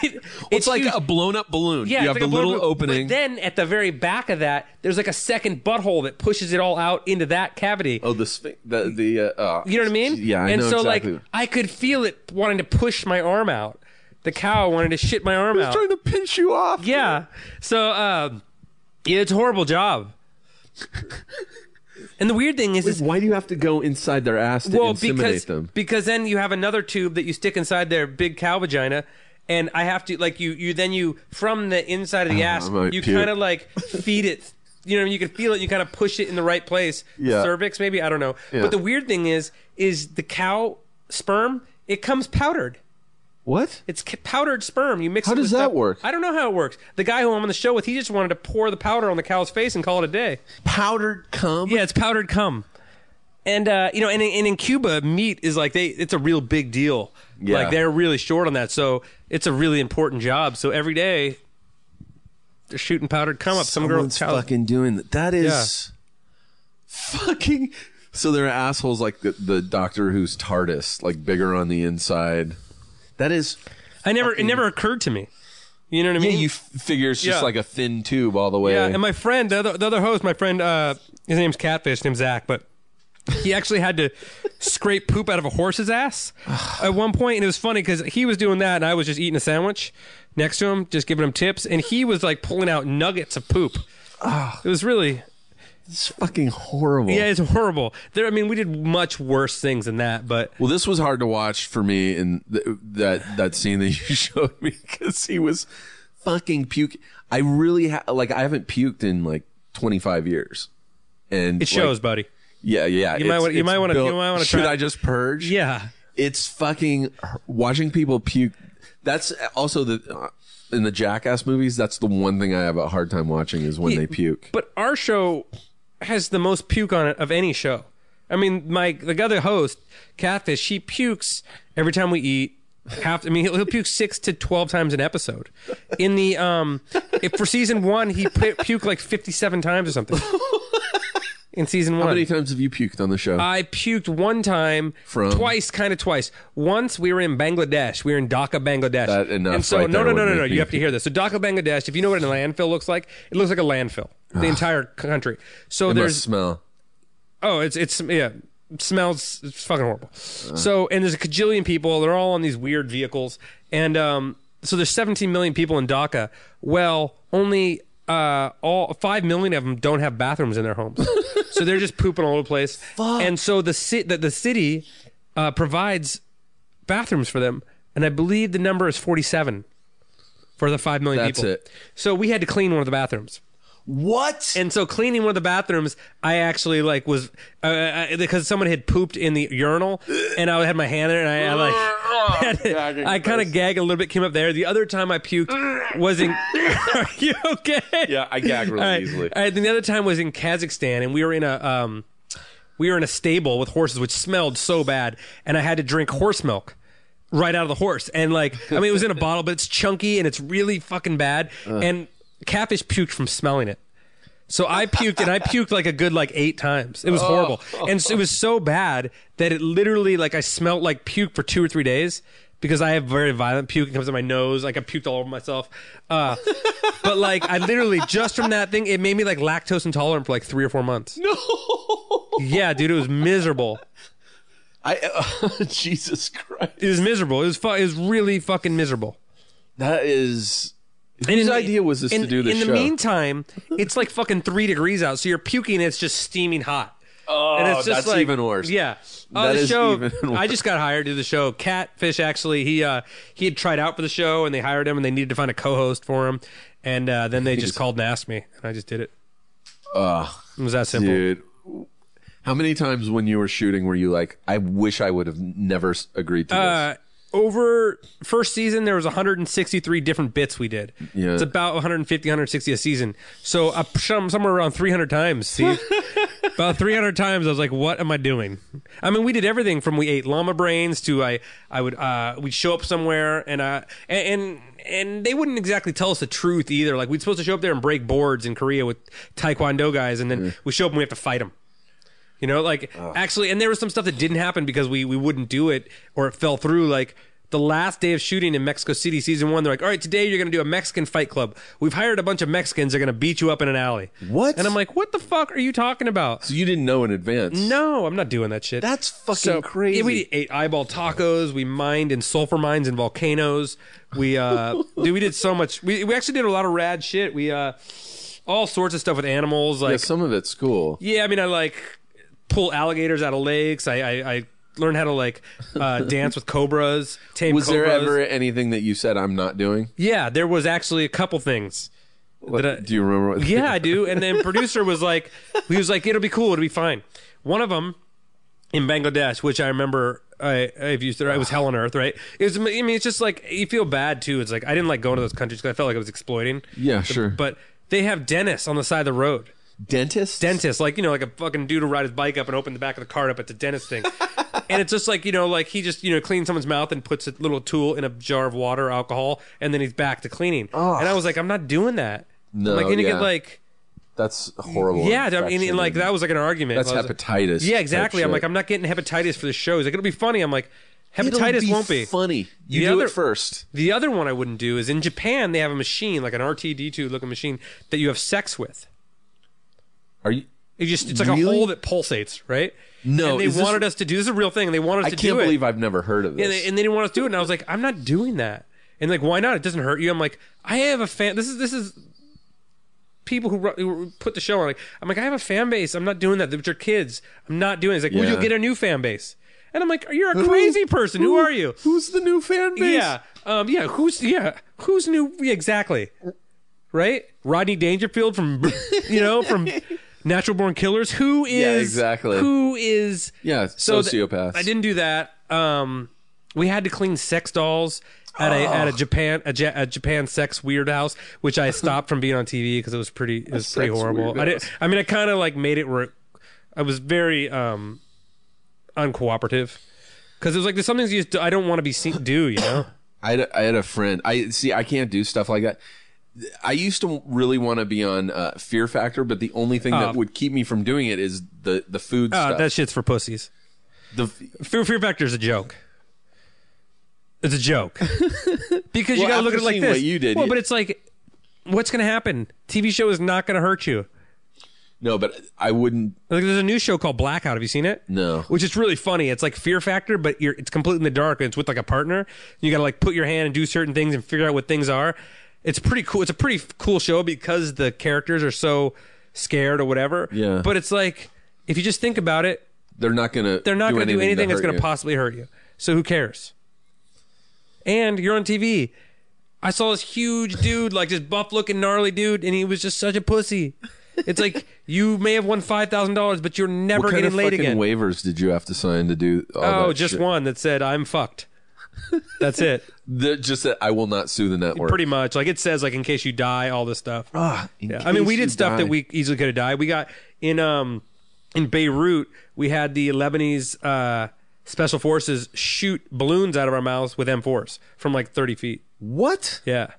[SPEAKER 3] It's like
[SPEAKER 2] huge.
[SPEAKER 3] a blown up balloon.
[SPEAKER 2] Yeah,
[SPEAKER 3] you have
[SPEAKER 2] it's like
[SPEAKER 3] the
[SPEAKER 2] a blow-
[SPEAKER 3] little
[SPEAKER 2] but
[SPEAKER 3] opening.
[SPEAKER 2] then at the very back of that, there's like a second butthole that pushes it all out into that cavity.
[SPEAKER 1] Oh, the sphinx. The, the uh, uh,
[SPEAKER 2] You know what I mean?
[SPEAKER 1] Yeah, I
[SPEAKER 2] and
[SPEAKER 1] know
[SPEAKER 2] so
[SPEAKER 1] exactly.
[SPEAKER 2] like I could feel it wanting to push my arm out. The cow wanted to shit my arm out.
[SPEAKER 1] trying to pinch you off.
[SPEAKER 2] yeah. So um, yeah, it's a horrible job. and the weird thing is, is
[SPEAKER 1] Why do you have to go inside their ass to
[SPEAKER 2] well
[SPEAKER 1] inseminate
[SPEAKER 2] because
[SPEAKER 1] them?
[SPEAKER 2] because then you have another tube that you stick inside their big cow vagina. And I have to like you. You then you from the inside of the ass,
[SPEAKER 1] might
[SPEAKER 2] you
[SPEAKER 1] Uh, puke.
[SPEAKER 2] kind of like feed it. You know, you can feel it. You kind of push it in the right place.
[SPEAKER 1] Yeah.
[SPEAKER 2] cervix maybe I don't know.
[SPEAKER 1] Yeah.
[SPEAKER 2] But the weird thing is, is the cow sperm it comes powdered.
[SPEAKER 1] What?
[SPEAKER 2] It's c- powdered sperm. You mix.
[SPEAKER 1] How
[SPEAKER 2] it with
[SPEAKER 1] does that
[SPEAKER 2] stuff.
[SPEAKER 1] work?
[SPEAKER 2] I don't know how it works. The guy who I'm on the show with, he just wanted to pour the powder on the cow's face and call it a day.
[SPEAKER 1] Powdered cum?
[SPEAKER 2] Yeah, it's powdered cum. And uh, you know, and, in- and in Cuba, meat is like they it's a real big deal.
[SPEAKER 1] Yeah.
[SPEAKER 2] Like they're really short on that, so it's a really important job. So every day they're shooting powdered cum up some girl's
[SPEAKER 1] Someone's
[SPEAKER 2] cow.
[SPEAKER 1] fucking doing that. That is fucking. So there are assholes like the, the doctor who's TARDIS, like bigger on the inside. That is.
[SPEAKER 2] I never it never occurred to me. You know what I
[SPEAKER 1] Yeah,
[SPEAKER 2] mean?
[SPEAKER 1] you f- figure it's just
[SPEAKER 2] Yeah.
[SPEAKER 1] like a thin tube all the way.
[SPEAKER 2] Yeah, and my friend, the other, the other host, my friend, uh, his name's Catfish, his name's Zach, but he actually had to scrape poop out of a horse's ass at one point, and it was funny because he was doing that, and I was just eating a sandwich next to him, just giving him tips, and he was like pulling out nuggets of poop. It was really,
[SPEAKER 1] it's fucking horrible.
[SPEAKER 2] yeah, it's horrible. There, I mean, we did much worse things than that, but
[SPEAKER 1] Well, this was hard to watch for me in th- that that scene that (laughs) you showed me because he was fucking puke. I really ha- like I haven't puked in like 25 years, and
[SPEAKER 2] it shows, buddy.
[SPEAKER 1] Yeah, yeah.
[SPEAKER 2] You might
[SPEAKER 1] it's-
[SPEAKER 2] wanna- you
[SPEAKER 1] it's
[SPEAKER 2] might wanna-
[SPEAKER 1] built-
[SPEAKER 2] you might wanna
[SPEAKER 1] Should
[SPEAKER 2] try-
[SPEAKER 1] I just purge?
[SPEAKER 2] Yeah.
[SPEAKER 1] It's fucking watching people puke. That's also the uh, in the Jackass movies. That's the one thing I have a hard time watching is when they puke.
[SPEAKER 2] But our show has the most puke on it of any show. I mean, my the other host, Catfish, she pukes every time we eat. Half, I mean, he'll, he'll puke six to twelve times an episode. In the um, if for season one, he pu- puked like fifty-seven times
[SPEAKER 1] (laughs)
[SPEAKER 2] or something. In season one,
[SPEAKER 1] How many times have you puked on the show?
[SPEAKER 2] I puked one time,
[SPEAKER 1] From?
[SPEAKER 2] twice, kind of twice. Once we were in Bangladesh, we were in Dhaka, Bangladesh,
[SPEAKER 1] That enough
[SPEAKER 2] and so
[SPEAKER 1] right
[SPEAKER 2] no,
[SPEAKER 1] there
[SPEAKER 2] no, no,
[SPEAKER 1] would
[SPEAKER 2] no, no.
[SPEAKER 1] make
[SPEAKER 2] You
[SPEAKER 1] me-
[SPEAKER 2] have to hear this. So Dhaka, Bangladesh. If you know what a landfill looks like, it looks like a landfill.
[SPEAKER 1] (sighs)
[SPEAKER 2] The entire country. So
[SPEAKER 1] It
[SPEAKER 2] there's
[SPEAKER 1] must smell.
[SPEAKER 2] Oh, it's it's yeah, it smells it's fucking horrible. so and there's a cajillion people. They're all on these weird vehicles, and um, so there's 17 million people in Dhaka. Well, only uh, all five million of them don't have bathrooms in
[SPEAKER 1] (laughs)
[SPEAKER 2] their homes, so they're just pooping all over the place. And so the ci- the, the city uh, provides bathrooms for them, and I believe the number is 47 for the five million
[SPEAKER 1] That's
[SPEAKER 2] people.
[SPEAKER 1] it.
[SPEAKER 2] So we had to clean one of the bathrooms.
[SPEAKER 1] What?
[SPEAKER 2] And so cleaning one of the bathrooms, I actually like was uh, I, because someone had pooped in the urinal, and I had my hand in it, and I, I like (laughs) I kind of gagged a little bit, came up there. The other time I puked was in. (laughs) Are you okay?
[SPEAKER 1] Yeah, I gag (laughs) really
[SPEAKER 2] All right.
[SPEAKER 1] easily.
[SPEAKER 2] All right, then the other time was in Kazakhstan, and we were in a um, we were in a stable with horses, which smelled so bad, and I had to drink horse milk right out of the horse, and like I mean, it was in a bottle, but it's chunky and it's really fucking bad, and catfish puked from smelling it. So I puked and I puked like a good like eight times. It was horrible, and so- it was so bad that it literally like I smelled like puke for two or three days because I have very violent puke. It comes in my nose. Like I puked all over myself. Uh, but like I literally just from that thing, it made me like lactose intolerant for like three or four months. No. Yeah, dude, it was miserable.
[SPEAKER 1] I (laughs) Jesus Christ.
[SPEAKER 2] It was miserable. It was fu- it was really fucking miserable.
[SPEAKER 1] That is.
[SPEAKER 2] And
[SPEAKER 1] Whose
[SPEAKER 2] in-
[SPEAKER 1] idea was this
[SPEAKER 2] in-
[SPEAKER 1] to do this
[SPEAKER 2] In
[SPEAKER 1] show?
[SPEAKER 2] the meantime, it's like fucking three degrees out, so you're puking. and It's just steaming hot. Oh, and it's
[SPEAKER 1] that's even worse.
[SPEAKER 2] Yeah. Oh,
[SPEAKER 1] That
[SPEAKER 2] the
[SPEAKER 1] is
[SPEAKER 2] show.
[SPEAKER 1] even (laughs)
[SPEAKER 2] I just got hired to do the show. Catfish actually, he uh, he had tried out for the show, and they hired him, and they needed to find a co-host for him, and uh, then they just called and asked me, and I just did it. it was that simple.
[SPEAKER 1] Dude, how many times when you were shooting were you like, I wish I would have never s- agreed to
[SPEAKER 2] Uh, over first season there was 163 different bits we did.
[SPEAKER 1] Yeah.
[SPEAKER 2] It's about 150, 160 a season. So I pushed 'em somewhere around 300 times, Steve. about 300 times I was like, what am I doing? I mean, we did everything from we ate llama brains to I I would uh we'd show up somewhere and I and, and and they wouldn't exactly tell us the truth either. Like we'd supposed to show up there and break boards in Korea with Taekwondo guys, and then we show up and we have to fight them. You know, like actually, and there was some stuff that didn't happen because we we wouldn't do it or it fell through. Like the last day of shooting in Mexico City, season one, they're like, "All right, today you're going to do a Mexican fight club. We've hired a bunch of Mexicans. They're going to beat you up in an alley."
[SPEAKER 1] What?
[SPEAKER 2] And I'm like, "What the fuck are you talking about?"
[SPEAKER 1] So you didn't know in advance.
[SPEAKER 2] No, I'm not doing that shit.
[SPEAKER 1] That's fucking
[SPEAKER 2] yeah,
[SPEAKER 1] crazy.
[SPEAKER 2] we ate eyeball tacos. We mined in sulfur mines and volcanoes. We uh, dude, we did so much. We we actually did a lot of rad shit. We uh, all sorts of stuff with animals. Like
[SPEAKER 1] yeah, some of it's cool.
[SPEAKER 2] yeah, I mean, I like pull alligators out of lakes. I I, I learned how to like
[SPEAKER 1] (laughs)
[SPEAKER 2] uh, dance with cobras. Tame
[SPEAKER 1] Was there
[SPEAKER 2] cobras.
[SPEAKER 1] ever anything that you said I'm not doing?
[SPEAKER 2] Yeah, there was actually a couple things. that I-
[SPEAKER 1] Do you remember? What
[SPEAKER 2] yeah, I do. And then producer was like, he was like, it'll be cool, it'll be fine. One of them in Bangladesh, which I remember, I I've used there. It was hell on earth, right? It was. I mean, it's just like you feel bad too. It's like I didn't like going to those countries because I felt like I was exploiting.
[SPEAKER 1] Yeah, sure.
[SPEAKER 2] But they have dentists on the side of the road.
[SPEAKER 1] dentist.
[SPEAKER 2] dentist, like you know, like a fucking dude who ride his bike up and open the back of the cart up at the dentist thing. and it's just like you know, like he just you know cleans someone's mouth and puts a little tool in a jar of water or alcohol, and then he's back to cleaning. And I was like, I'm not doing that.
[SPEAKER 1] No,
[SPEAKER 2] like then you
[SPEAKER 1] yeah.
[SPEAKER 2] get like
[SPEAKER 1] That's horrible.
[SPEAKER 2] yeah, I mean,
[SPEAKER 1] infection.
[SPEAKER 2] and, like that was like an argument.
[SPEAKER 1] That's
[SPEAKER 2] I was like-
[SPEAKER 1] hepatitis
[SPEAKER 2] yeah,
[SPEAKER 1] type
[SPEAKER 2] exactly. I'm
[SPEAKER 1] shit.
[SPEAKER 2] like, I'm not getting hepatitis for the show. He's like, it'll be funny. I'm like,
[SPEAKER 1] It'll
[SPEAKER 2] hepatitis won't be
[SPEAKER 1] funny. You
[SPEAKER 2] The
[SPEAKER 1] do
[SPEAKER 2] other-
[SPEAKER 1] it first.
[SPEAKER 2] The other one I wouldn't do is in Japan they have a machine like an RTD2 looking machine that you have sex with.
[SPEAKER 1] Are you?
[SPEAKER 2] It just it's like a
[SPEAKER 1] Really?
[SPEAKER 2] hole that pulsates, right?
[SPEAKER 1] No,
[SPEAKER 2] and they
[SPEAKER 1] is this-
[SPEAKER 2] wanted us to do this is a real thing. And they wanted us
[SPEAKER 1] I
[SPEAKER 2] to
[SPEAKER 1] can't
[SPEAKER 2] do
[SPEAKER 1] believe
[SPEAKER 2] it,
[SPEAKER 1] I've never heard of this.
[SPEAKER 2] and they, and they didn't want us to do it. And I was like, I'm not doing that. And like, why not? It doesn't hurt you. I'm like, I have a fan. This is this is people who, ru- who put the show on. Like, I'm like, I have a fan base. I'm not doing that. They're your kids. I'm not doing. It. It's like, well,
[SPEAKER 1] Yeah.
[SPEAKER 2] you'll get a new fan base. And I'm like, you're a crazy person. Who are you?
[SPEAKER 1] Who's the new fan base?
[SPEAKER 2] Yeah, um, yeah. Who's yeah? Who's new? yeah, exactly. Right, Rodney Dangerfield from you
[SPEAKER 1] (laughs)
[SPEAKER 2] know from Natural Born Killers. Who is
[SPEAKER 1] exactly.
[SPEAKER 2] Who is
[SPEAKER 1] Yeah,
[SPEAKER 2] th-
[SPEAKER 1] sociopaths.
[SPEAKER 2] I didn't do that. Um, we had to clean sex dolls at a at a Japan a, Ja- a Japan sex weird house, which I stopped from being on TV because it was pretty it was pretty
[SPEAKER 1] sex
[SPEAKER 2] horrible.
[SPEAKER 1] weird
[SPEAKER 2] I didn't.
[SPEAKER 1] house.
[SPEAKER 2] I mean, I kind of like made it where I was very um uncooperative because it was like there's some things you just, I don't want to be seen do.
[SPEAKER 1] (coughs)
[SPEAKER 2] You know.
[SPEAKER 1] I had, a, I had a friend. I see. I can't do stuff like that. I used to really want to be on uh, Fear Factor, but the only thing
[SPEAKER 2] Oh.
[SPEAKER 1] that would keep me from doing it is the the food
[SPEAKER 2] Uh,
[SPEAKER 1] stuff.
[SPEAKER 2] that shit's for pussies.
[SPEAKER 1] the,
[SPEAKER 2] Fear, fear factor is a joke. It's a (laughs) joke because you
[SPEAKER 1] Well,
[SPEAKER 2] gotta
[SPEAKER 1] after
[SPEAKER 2] look at it like
[SPEAKER 1] seeing
[SPEAKER 2] this.
[SPEAKER 1] what you did,
[SPEAKER 2] well,
[SPEAKER 1] you-
[SPEAKER 2] but it's like, what's gonna happen? TV show is not gonna hurt you.
[SPEAKER 1] no, but I wouldn't.
[SPEAKER 2] Like, there's a new show called Blackout. Have you seen it?
[SPEAKER 1] No.
[SPEAKER 2] Which is really funny. It's like Fear Factor, but you're it's completely in the dark. And it's with like a partner. You gotta like put your hand and do certain things and figure out what things are. It's pretty cool. It's a pretty f- cool show because the characters are so scared or whatever.
[SPEAKER 1] Yeah.
[SPEAKER 2] But it's like if you just think about it,
[SPEAKER 1] They're not gonna.
[SPEAKER 2] they're not going to do anything that's going to
[SPEAKER 1] to hurt
[SPEAKER 2] possibly hurt you. So who cares? And you're on TV. I saw this huge dude, like this buff looking gnarly dude, and he was just such a pussy. It's like (laughs) you may have won five thousand dollars, but you're
[SPEAKER 1] you.
[SPEAKER 2] never
[SPEAKER 1] What kind
[SPEAKER 2] getting
[SPEAKER 1] of
[SPEAKER 2] laid
[SPEAKER 1] fucking
[SPEAKER 2] again.
[SPEAKER 1] waivers did you have to sign to do? All
[SPEAKER 2] oh,
[SPEAKER 1] that
[SPEAKER 2] just
[SPEAKER 1] shit?
[SPEAKER 2] one that said I'm fucked. That's
[SPEAKER 1] (laughs)
[SPEAKER 2] it,
[SPEAKER 1] The- just that I will not sue the network.
[SPEAKER 2] pretty much. Like it says, like in case you die, all this stuff.
[SPEAKER 1] Ah, in
[SPEAKER 2] Yeah. I mean,
[SPEAKER 1] case
[SPEAKER 2] we
[SPEAKER 1] you
[SPEAKER 2] did stuff
[SPEAKER 1] die.
[SPEAKER 2] that we easily could have died. We got in um in Beirut, we had the Lebanese uh, special forces shoot balloons out of our mouths with M4s from like 30 feet.
[SPEAKER 1] What?
[SPEAKER 2] Yeah,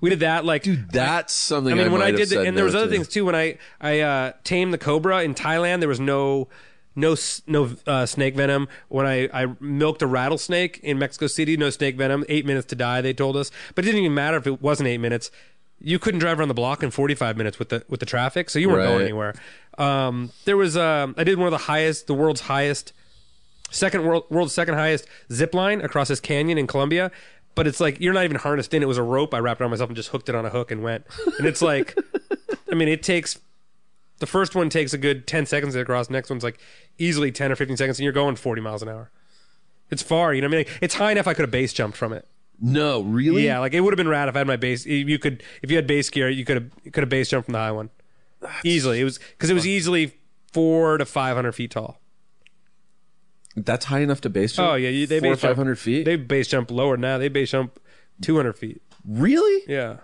[SPEAKER 2] we did that. Like,
[SPEAKER 1] That's something.
[SPEAKER 2] I mean, when
[SPEAKER 1] might
[SPEAKER 2] I
[SPEAKER 1] have
[SPEAKER 2] did, the,
[SPEAKER 1] said
[SPEAKER 2] and there
[SPEAKER 1] no
[SPEAKER 2] was other
[SPEAKER 1] to.
[SPEAKER 2] things too. When I I uh, tamed the cobra in Thailand, there was no no s- no uh, snake venom. When I I milked a rattlesnake in Mexico City, no snake venom. Eight minutes to die, they told us, but it didn't even matter if it wasn't eight minutes. You couldn't drive around the block in 45 minutes with the with the traffic, so you weren't
[SPEAKER 1] Right.
[SPEAKER 2] going anywhere. Um, there was um, I did one of the highest, the world's highest second world world's second highest zip line across this canyon in Colombia. But it's like you're not even harnessed in. It was a rope I wrapped around myself and just hooked it on a hook and went. And it's like, I mean, it takes the first one takes a good ten seconds to get across. The next one's like easily ten or fifteen seconds, and you're going forty miles an hour. It's far, you know. what I mean, Like, it's high enough I could have base jumped from it.
[SPEAKER 1] No, really.
[SPEAKER 2] Yeah, like it would have been rad if I had my base. if You could, if you had base gear, you could have you could have base jumped from the high one easily. It was because it was easily four to five hundred feet tall.
[SPEAKER 1] That's high enough to base jump.
[SPEAKER 2] Oh yeah, you, they
[SPEAKER 1] four or
[SPEAKER 2] base jump-
[SPEAKER 1] five hundred feet.
[SPEAKER 2] They base jump lower now. They base jump two hundred feet.
[SPEAKER 1] really?
[SPEAKER 2] Yeah.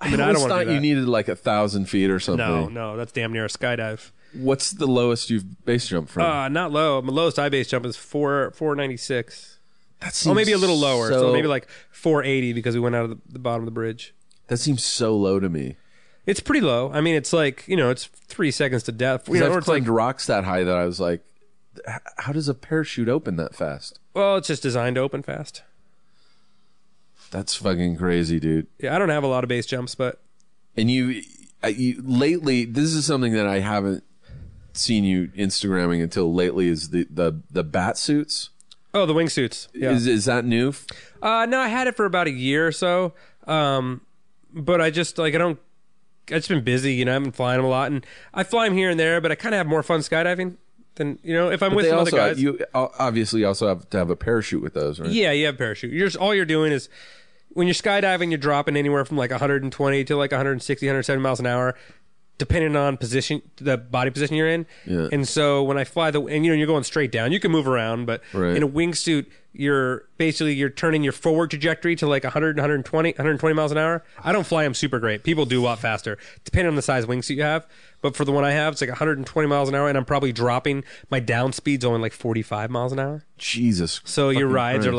[SPEAKER 1] I,
[SPEAKER 2] mean, I
[SPEAKER 1] always
[SPEAKER 2] don't wanna
[SPEAKER 1] thought
[SPEAKER 2] do
[SPEAKER 1] you
[SPEAKER 2] that.
[SPEAKER 1] needed like a thousand feet or something.
[SPEAKER 2] No, no, that's damn near a skydive.
[SPEAKER 1] What's the lowest you've base jumped from?
[SPEAKER 2] Uh, not low. My lowest I base jump is four four ninety six.
[SPEAKER 1] that
[SPEAKER 2] Oh,
[SPEAKER 1] seems
[SPEAKER 2] maybe a little lower. So,
[SPEAKER 1] so-
[SPEAKER 2] maybe like four eighty because we went out of the, the bottom of the bridge.
[SPEAKER 1] that seems so low to me.
[SPEAKER 2] It's pretty low. I mean, it's like you know, it's three seconds to death. You
[SPEAKER 1] 'Cause
[SPEAKER 2] know, or
[SPEAKER 1] I've
[SPEAKER 2] it's like
[SPEAKER 1] climbed rocks that high that I was like, "H- how does a parachute open that fast?
[SPEAKER 2] well, it's just designed to open fast.
[SPEAKER 1] That's fucking crazy, dude.
[SPEAKER 2] Yeah, I don't have a lot of base jumps, but
[SPEAKER 1] And you, I- you lately, this is something that I haven't seen you Instagramming until lately is the the the bat suits.
[SPEAKER 2] oh, the wingsuits. Yeah.
[SPEAKER 1] Is is that new?
[SPEAKER 2] Uh, no, I had it for about a year or so. Um, but I just like I don't. I've just been busy, you know. I've been flying them a lot, and I fly them here and there. But I kind of have more fun skydiving than you know if I'm with
[SPEAKER 1] they
[SPEAKER 2] some
[SPEAKER 1] also
[SPEAKER 2] other guys.
[SPEAKER 1] you o- obviously also have to have a parachute with those, right?
[SPEAKER 2] yeah, you have parachute. You're just, all you're doing is when you're skydiving, you're dropping anywhere from like 120 to like 160, 170 miles an hour, depending on position, the body position you're in.
[SPEAKER 1] Yeah.
[SPEAKER 2] And so when I fly the, and you know, you're going straight down. You can move around, but
[SPEAKER 1] Right.
[SPEAKER 2] in a wingsuit, you're basically you're turning your forward trajectory to like 100, 120, 120 miles an hour. I don't fly them super great. People do a lot faster, depending on the size wingsuit you have. But for the one I have, it's like 120 miles an hour, and I'm probably dropping my down speed's only like 45 miles an hour.
[SPEAKER 1] Jesus.
[SPEAKER 2] So your
[SPEAKER 1] fucking
[SPEAKER 2] rides are
[SPEAKER 1] Christ.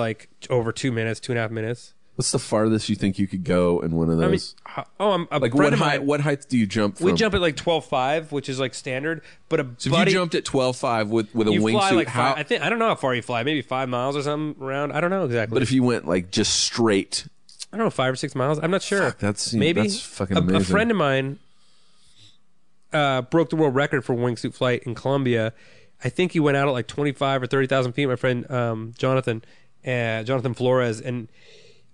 [SPEAKER 2] like over two minutes, two and a half minutes.
[SPEAKER 1] What's the farthest you think you could go in one of
[SPEAKER 2] I mean,
[SPEAKER 1] those?
[SPEAKER 2] ho- oh, I'm a
[SPEAKER 1] like
[SPEAKER 2] friend
[SPEAKER 1] what
[SPEAKER 2] of
[SPEAKER 1] height?
[SPEAKER 2] mine-
[SPEAKER 1] What height do you jump from?
[SPEAKER 2] we jump at like twelve five, which is like standard. But a
[SPEAKER 1] So if
[SPEAKER 2] buddy,
[SPEAKER 1] you jumped at twelve five with with a
[SPEAKER 2] you fly
[SPEAKER 1] wingsuit,
[SPEAKER 2] like
[SPEAKER 1] how?
[SPEAKER 2] five, I think I don't know how far you fly, maybe five miles or something around. I don't know exactly.
[SPEAKER 1] but if you went like just straight,
[SPEAKER 2] I don't know five or six miles. I'm not sure.
[SPEAKER 1] that seems-
[SPEAKER 2] maybe
[SPEAKER 1] that's fucking
[SPEAKER 2] a, a
[SPEAKER 1] amazing.
[SPEAKER 2] friend of mine uh, broke the world record for wingsuit flight in Colombia. I think he went out at like twenty five or thirty thousand feet. My friend um, Jonathan, uh, Jonathan Flores, and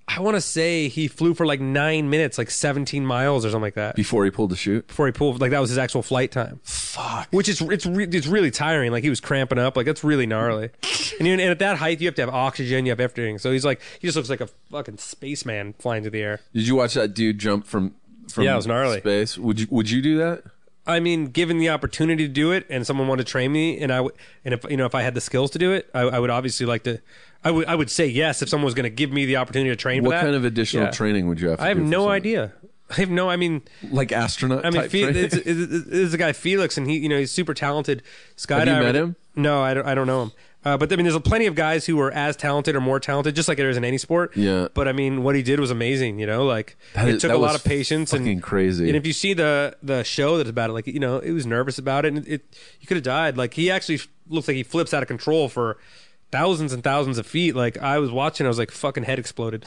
[SPEAKER 2] I want to say he flew for like nine minutes, like seventeen miles or something like that
[SPEAKER 1] before he pulled the chute,
[SPEAKER 2] before he pulled. Like that was his actual flight time. Fuck. Which is it's re- it's really tiring. Like he was cramping up. Like that's really gnarly. and, you, and at that height, you have to have oxygen. You have everything. So he's like he just looks like a fucking spaceman flying through the air.
[SPEAKER 1] did you watch that dude jump from? From
[SPEAKER 2] Yeah, it was gnarly.
[SPEAKER 1] Space. Would you Would you do that?
[SPEAKER 2] I mean, given the opportunity to do it, and someone wanted to train me, and I would, and if you know, if I had the skills to do it, I, I would obviously like to. I would, I would say yes if someone was going to give me the opportunity to train. for
[SPEAKER 1] What
[SPEAKER 2] that.
[SPEAKER 1] kind of additional
[SPEAKER 2] Yeah.
[SPEAKER 1] training would you have? to
[SPEAKER 2] I have
[SPEAKER 1] do for
[SPEAKER 2] no
[SPEAKER 1] something?
[SPEAKER 2] idea. I have no. I mean,
[SPEAKER 1] Like astronaut.
[SPEAKER 2] I mean,
[SPEAKER 1] type
[SPEAKER 2] Fe-
[SPEAKER 1] training?
[SPEAKER 2] it's, it's, it's, it's a guy Felix, and he, you know, he's super talented skydiver.
[SPEAKER 1] Have you met him?
[SPEAKER 2] No, I don't. I don't know him. Uh, but I mean, there's plenty of guys who are as talented or more talented, just like there is in any sport.
[SPEAKER 1] Yeah.
[SPEAKER 2] But I mean, what he did was amazing. You know, like
[SPEAKER 1] That
[SPEAKER 2] it
[SPEAKER 1] is-
[SPEAKER 2] took
[SPEAKER 1] that
[SPEAKER 2] a lot
[SPEAKER 1] was
[SPEAKER 2] of patience
[SPEAKER 1] fucking
[SPEAKER 2] and
[SPEAKER 1] crazy.
[SPEAKER 2] And if you see the the show that's about it, like you know, it was nervous about it, and it you could have died. Like he actually looks like he flips out of control for thousands and thousands of feet. Like I was watching, I was like, fucking head exploded.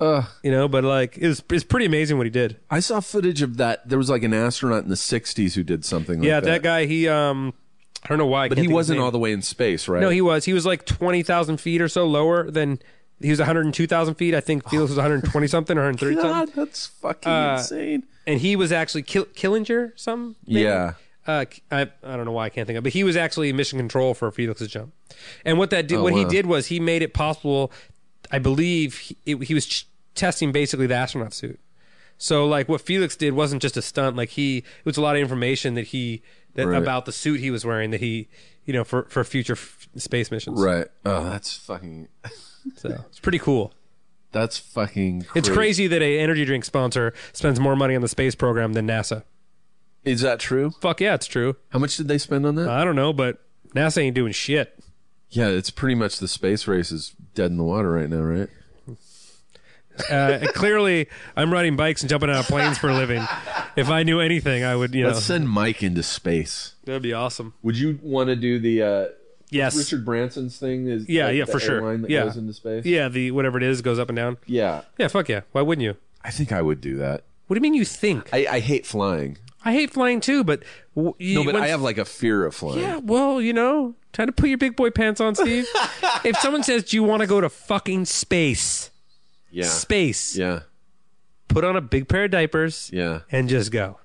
[SPEAKER 2] Uh, you know, but like it was, it's pretty amazing what he did.
[SPEAKER 1] (laughs) I saw footage of that. There was like an astronaut in the '60s who did something.
[SPEAKER 2] Yeah,
[SPEAKER 1] like
[SPEAKER 2] that. guy. He um, I don't know why,
[SPEAKER 1] But he wasn't all the way in space, right?
[SPEAKER 2] No, he was. He was like twenty thousand feet or so lower than he was. One hundred and two thousand feet. I think Felix was one hundred twenty something, one hundred
[SPEAKER 1] (laughs)
[SPEAKER 2] thirty
[SPEAKER 1] God,
[SPEAKER 2] something.
[SPEAKER 1] that's fucking
[SPEAKER 2] Uh,
[SPEAKER 1] insane.
[SPEAKER 2] And he was actually Kill- Killinger, some.
[SPEAKER 1] Yeah.
[SPEAKER 2] Uh, I I don't know why I can't think of, it, but he was actually mission control for Felix's jump. And what that did, what he
[SPEAKER 1] Oh, wow.
[SPEAKER 2] did was he made it possible. I believe he, it, he was ch- testing basically the astronaut suit. So like what Felix did wasn't just a stunt. Like he it was a lot of information that he that
[SPEAKER 1] Right.
[SPEAKER 2] about the suit he was wearing that he you know for for future f- space missions.
[SPEAKER 1] Right. Oh, that's fucking.
[SPEAKER 2] So it's pretty cool.
[SPEAKER 1] That's fucking.
[SPEAKER 2] It's crazy that a energy drink sponsor spends more money on the space program than NASA.
[SPEAKER 1] Is that true?
[SPEAKER 2] Fuck yeah, it's true.
[SPEAKER 1] How much did they spend on that?
[SPEAKER 2] I don't know, but NASA ain't doing shit.
[SPEAKER 1] yeah, it's pretty much the space race is dead in the water right now, right?
[SPEAKER 2] Uh, clearly, I'm riding bikes and jumping out of planes for a living. If I knew anything, I would. You know,
[SPEAKER 1] Let's send Mike into space.
[SPEAKER 2] that'd be awesome.
[SPEAKER 1] Would you want to do the uh,
[SPEAKER 2] Yes.
[SPEAKER 1] Richard Branson's thing? Is
[SPEAKER 2] Yeah,
[SPEAKER 1] like
[SPEAKER 2] yeah,
[SPEAKER 1] the
[SPEAKER 2] for sure.
[SPEAKER 1] airline That
[SPEAKER 2] Yeah.
[SPEAKER 1] goes into space.
[SPEAKER 2] Yeah, the whatever it is goes up and down.
[SPEAKER 1] Yeah.
[SPEAKER 2] Yeah, fuck yeah. Why wouldn't you?
[SPEAKER 1] I think I would do that.
[SPEAKER 2] What do you mean you think? I,
[SPEAKER 1] I, I hate flying.
[SPEAKER 2] hate flying too, but w- you,
[SPEAKER 1] No, but I
[SPEAKER 2] once-
[SPEAKER 1] have like a fear of flying.
[SPEAKER 2] Yeah, well, you know, time to put your big boy pants
[SPEAKER 1] (laughs)
[SPEAKER 2] on, Steve. if someone says, "Do you want to go to fucking space?"
[SPEAKER 1] Yeah.
[SPEAKER 2] Space.
[SPEAKER 1] Yeah.
[SPEAKER 2] Put on a big pair of diapers.
[SPEAKER 1] Yeah.
[SPEAKER 2] and just go.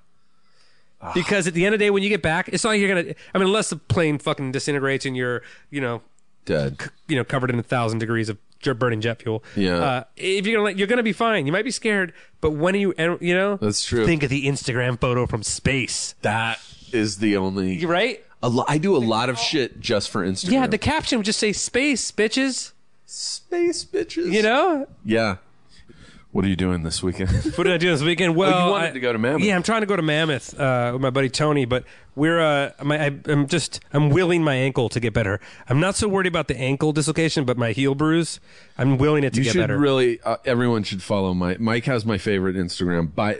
[SPEAKER 1] Ah.
[SPEAKER 2] Because at the end of the day, when you get back, it's not like you're gonna. I mean, unless the plane fucking disintegrates and you're, you know,
[SPEAKER 1] Dead.
[SPEAKER 2] you know, covered in a thousand degrees of jet- burning jet fuel.
[SPEAKER 1] Yeah.
[SPEAKER 2] Uh, if you're gonna, let- you're gonna be fine. You might be scared, but when are you? and, You know,
[SPEAKER 1] That's true.
[SPEAKER 2] Think of the Instagram photo from space,
[SPEAKER 1] That is the only.
[SPEAKER 2] right?
[SPEAKER 1] A lo- I do a lot of shit just for Instagram.
[SPEAKER 2] Yeah, the caption would just say space, bitches.
[SPEAKER 1] space bitches.
[SPEAKER 2] You know?
[SPEAKER 1] Yeah.
[SPEAKER 3] What are you doing this
[SPEAKER 2] (laughs)
[SPEAKER 3] weekend?
[SPEAKER 2] What did I do this weekend? Well,
[SPEAKER 3] Oh, you wanted
[SPEAKER 2] I-
[SPEAKER 3] to go to Mammoth.
[SPEAKER 2] Yeah, I'm trying to go to Mammoth uh, with my buddy Tony, but we're uh, my, I, I'm just I'm willing my ankle to get better. I'm not so worried about the ankle dislocation, but my heel bruise. I'm willing it to
[SPEAKER 1] You
[SPEAKER 2] get
[SPEAKER 1] should
[SPEAKER 2] better.
[SPEAKER 1] really. Uh, everyone should follow my. Mike has my favorite Instagram by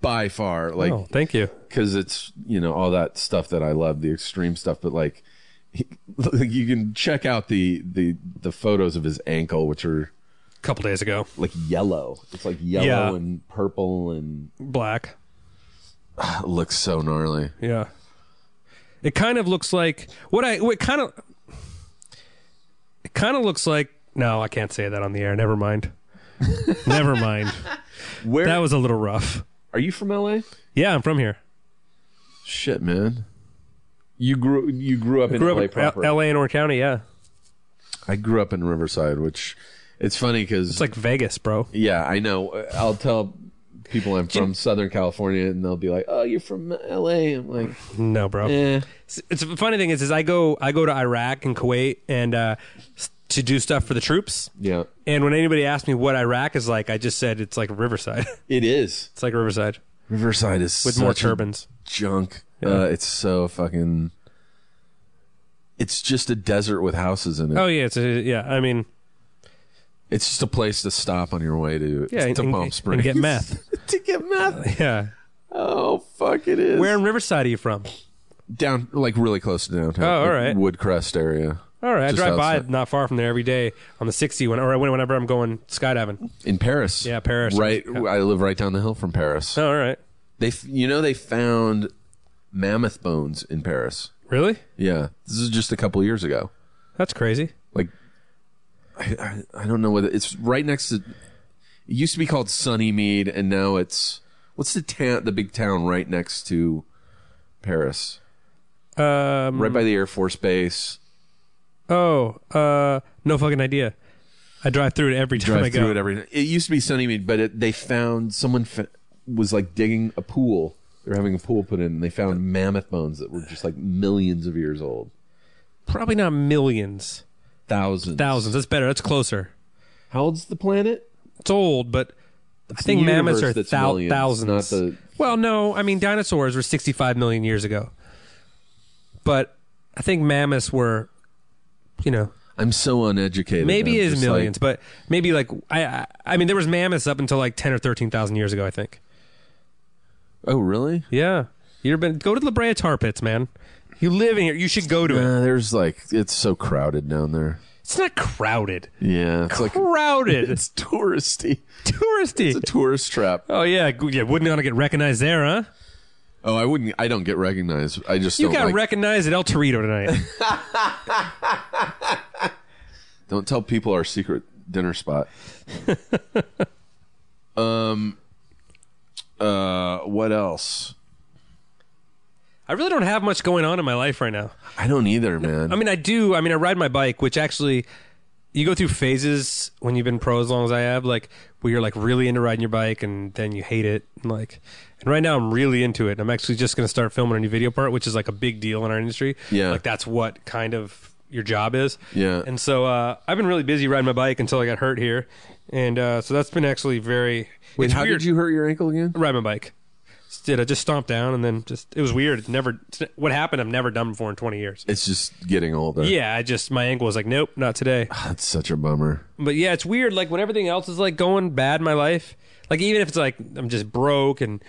[SPEAKER 1] by far. Like
[SPEAKER 2] oh, thank you.
[SPEAKER 1] because it's you know all that stuff that I love, the extreme stuff. But like, he- (laughs) you can check out the the the photos of his ankle, which are
[SPEAKER 2] A couple days ago,
[SPEAKER 1] like yellow. It's like yellow
[SPEAKER 2] Yeah.
[SPEAKER 1] and purple, and
[SPEAKER 2] black.
[SPEAKER 1] it looks so gnarly.
[SPEAKER 2] Yeah. It kind of looks like what I what kind of it kind of looks like no, I can't say that on the air.
[SPEAKER 3] (laughs)
[SPEAKER 2] Never mind. Never mind.
[SPEAKER 1] Where
[SPEAKER 2] That was a little rough.
[SPEAKER 1] are you from, LA?
[SPEAKER 2] Yeah, I'm from here.
[SPEAKER 1] Shit, man. You grew you grew up in
[SPEAKER 2] Grew
[SPEAKER 1] LA
[SPEAKER 2] up in
[SPEAKER 1] proper.
[SPEAKER 2] L- LA and Orange County, yeah.
[SPEAKER 1] I grew up in Riverside, which it's funny because
[SPEAKER 2] It's like Vegas, bro.
[SPEAKER 1] yeah, I know. I'll tell people I'm from Southern California, and they'll be like, "Oh, you're from LA." I'm like,
[SPEAKER 2] No, bro.
[SPEAKER 1] "Eh."
[SPEAKER 2] It's, it's the funny thing is, is I go I go to Iraq and Kuwait and uh, s- to do stuff for the troops.
[SPEAKER 1] Yeah,
[SPEAKER 2] And when anybody asked me what Iraq is like, I just said it's like Riverside. (laughs)
[SPEAKER 1] it is.
[SPEAKER 2] it's like Riverside
[SPEAKER 1] Riverside is
[SPEAKER 2] with more
[SPEAKER 1] such a
[SPEAKER 2] turbans.
[SPEAKER 1] junk. Uh, it's so fucking. It's just a desert with houses in it.
[SPEAKER 2] Oh yeah, it's a, yeah. I mean,
[SPEAKER 1] It's just a place to stop on your way to
[SPEAKER 2] yeah,
[SPEAKER 1] to
[SPEAKER 2] and-
[SPEAKER 1] Palm
[SPEAKER 2] and-
[SPEAKER 1] Springs
[SPEAKER 2] and get meth.
[SPEAKER 1] (laughs) to get meth.
[SPEAKER 2] Yeah.
[SPEAKER 1] Oh fuck, it is.
[SPEAKER 2] Where in Riverside are you from?
[SPEAKER 1] down like really close to downtown.
[SPEAKER 2] Oh, all
[SPEAKER 1] like
[SPEAKER 2] right.
[SPEAKER 1] Woodcrest area.
[SPEAKER 2] All right,
[SPEAKER 1] Just
[SPEAKER 2] I drive
[SPEAKER 1] outside.
[SPEAKER 2] by not far from there every day on the 60 when, or whenever I'm going skydiving.
[SPEAKER 1] in Paris.
[SPEAKER 2] Yeah, Paris.
[SPEAKER 1] Right,
[SPEAKER 2] Yeah.
[SPEAKER 1] I live right down the hill from Paris.
[SPEAKER 2] Oh, all right.
[SPEAKER 1] They, f- you know, they found mammoth bones in Paris.
[SPEAKER 2] Really?
[SPEAKER 1] Yeah, this is just a couple years ago.
[SPEAKER 2] That's crazy.
[SPEAKER 1] like I, I, I don't know whether it's right next to it used to be called Sunnymead and now it's what's the town the big town right next to Paris
[SPEAKER 2] Um,
[SPEAKER 1] right by the Air Force base
[SPEAKER 2] Oh, uh, no fucking idea. I drive through it every time I
[SPEAKER 1] drive
[SPEAKER 2] go.
[SPEAKER 1] through it every it used to be Sunnymead but it, they found someone fa- was like digging a pool they were having a pool put in and they found mammoth bones that were just like millions of years old
[SPEAKER 2] Probably not millions,
[SPEAKER 1] thousands
[SPEAKER 2] thousands. That's better. That's closer.
[SPEAKER 1] how old's the planet
[SPEAKER 2] It's old, but I think
[SPEAKER 1] the
[SPEAKER 2] mammoths
[SPEAKER 1] universe
[SPEAKER 2] are
[SPEAKER 1] that's
[SPEAKER 2] thou-
[SPEAKER 1] millions,
[SPEAKER 2] thousands.
[SPEAKER 1] not the-
[SPEAKER 2] Well, no, I mean dinosaurs were 65 million years ago, but I think mammoths were, you know,
[SPEAKER 1] I'm so uneducated
[SPEAKER 2] maybe
[SPEAKER 1] I'm
[SPEAKER 2] it is
[SPEAKER 1] just like-
[SPEAKER 2] millions, but maybe like I, I, I mean, there was mammoths up until like 10 or 13,000 years ago, I think.
[SPEAKER 1] oh really
[SPEAKER 2] Yeah, you've been go to the La Brea tar pits, man. You live in here. You should go to it.
[SPEAKER 1] Uh, there's like it's so crowded down there.
[SPEAKER 2] It's not crowded.
[SPEAKER 1] Yeah, it's like
[SPEAKER 2] Crowded.
[SPEAKER 1] (laughs) it's touristy.
[SPEAKER 2] touristy.
[SPEAKER 1] It's a tourist trap.
[SPEAKER 2] oh yeah, g- yeah. Wouldn't want to get recognized there, huh?
[SPEAKER 1] Oh, I wouldn't. I don't get recognized. I just
[SPEAKER 2] You
[SPEAKER 1] don't
[SPEAKER 2] got
[SPEAKER 1] like-
[SPEAKER 2] recognized at El Torito
[SPEAKER 1] (laughs)
[SPEAKER 2] tonight.
[SPEAKER 1] don't tell people our secret dinner
[SPEAKER 2] (laughs)
[SPEAKER 1] spot. um, uh, what else?
[SPEAKER 2] I really don't have much going on in my life right now.
[SPEAKER 1] I don't either, man.
[SPEAKER 2] I mean, I do. I mean, I ride my bike, which actually, you go through phases when you've been pro as long as I have, like where you're like really into riding your bike, and then you hate it, and like. And right now, I'm really into it. And I'm actually just going to start filming a new video part, which is like a big deal in our industry.
[SPEAKER 1] Yeah.
[SPEAKER 2] like that's what kind of your job is.
[SPEAKER 1] Yeah.
[SPEAKER 2] And so uh, I've been really busy riding my bike until I got hurt here, and uh, so that's been actually very.
[SPEAKER 1] Wait,
[SPEAKER 2] it's
[SPEAKER 1] how
[SPEAKER 2] weird
[SPEAKER 1] did you hurt your ankle again?
[SPEAKER 2] ride my bike. Just Did I just stomped down and then just it was weird. It's never it's- what happened. I've never done before in 20 years.
[SPEAKER 1] It's just getting older.
[SPEAKER 2] Yeah, I just my ankle was like, nope, not today.
[SPEAKER 1] that's such a bummer.
[SPEAKER 2] But yeah, it's weird. Like when everything else is like going bad in my life, like even if it's like I'm just broke and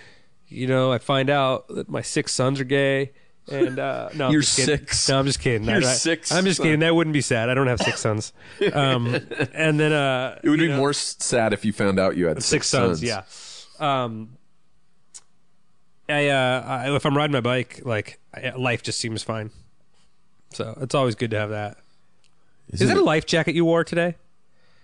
[SPEAKER 2] you know I find out that my six sons are gay. And uh, no, I'm
[SPEAKER 1] You're
[SPEAKER 2] just kidding.
[SPEAKER 1] six.
[SPEAKER 2] No, I'm just kidding.
[SPEAKER 1] You're
[SPEAKER 2] I, I-
[SPEAKER 1] six
[SPEAKER 2] I'm just
[SPEAKER 1] sons.
[SPEAKER 2] kidding. That wouldn't be sad. I don't have six sons. Um, and then uh,
[SPEAKER 1] It would
[SPEAKER 2] you
[SPEAKER 1] be
[SPEAKER 2] know-
[SPEAKER 1] more s- sad if you found out you had
[SPEAKER 2] six,
[SPEAKER 1] six,
[SPEAKER 2] sons, Yeah. Um, I, uh, I if I'm riding my bike, like I, life just seems fine. So it's always good to have that. Is
[SPEAKER 1] Isn't
[SPEAKER 2] that a life jacket you wore today?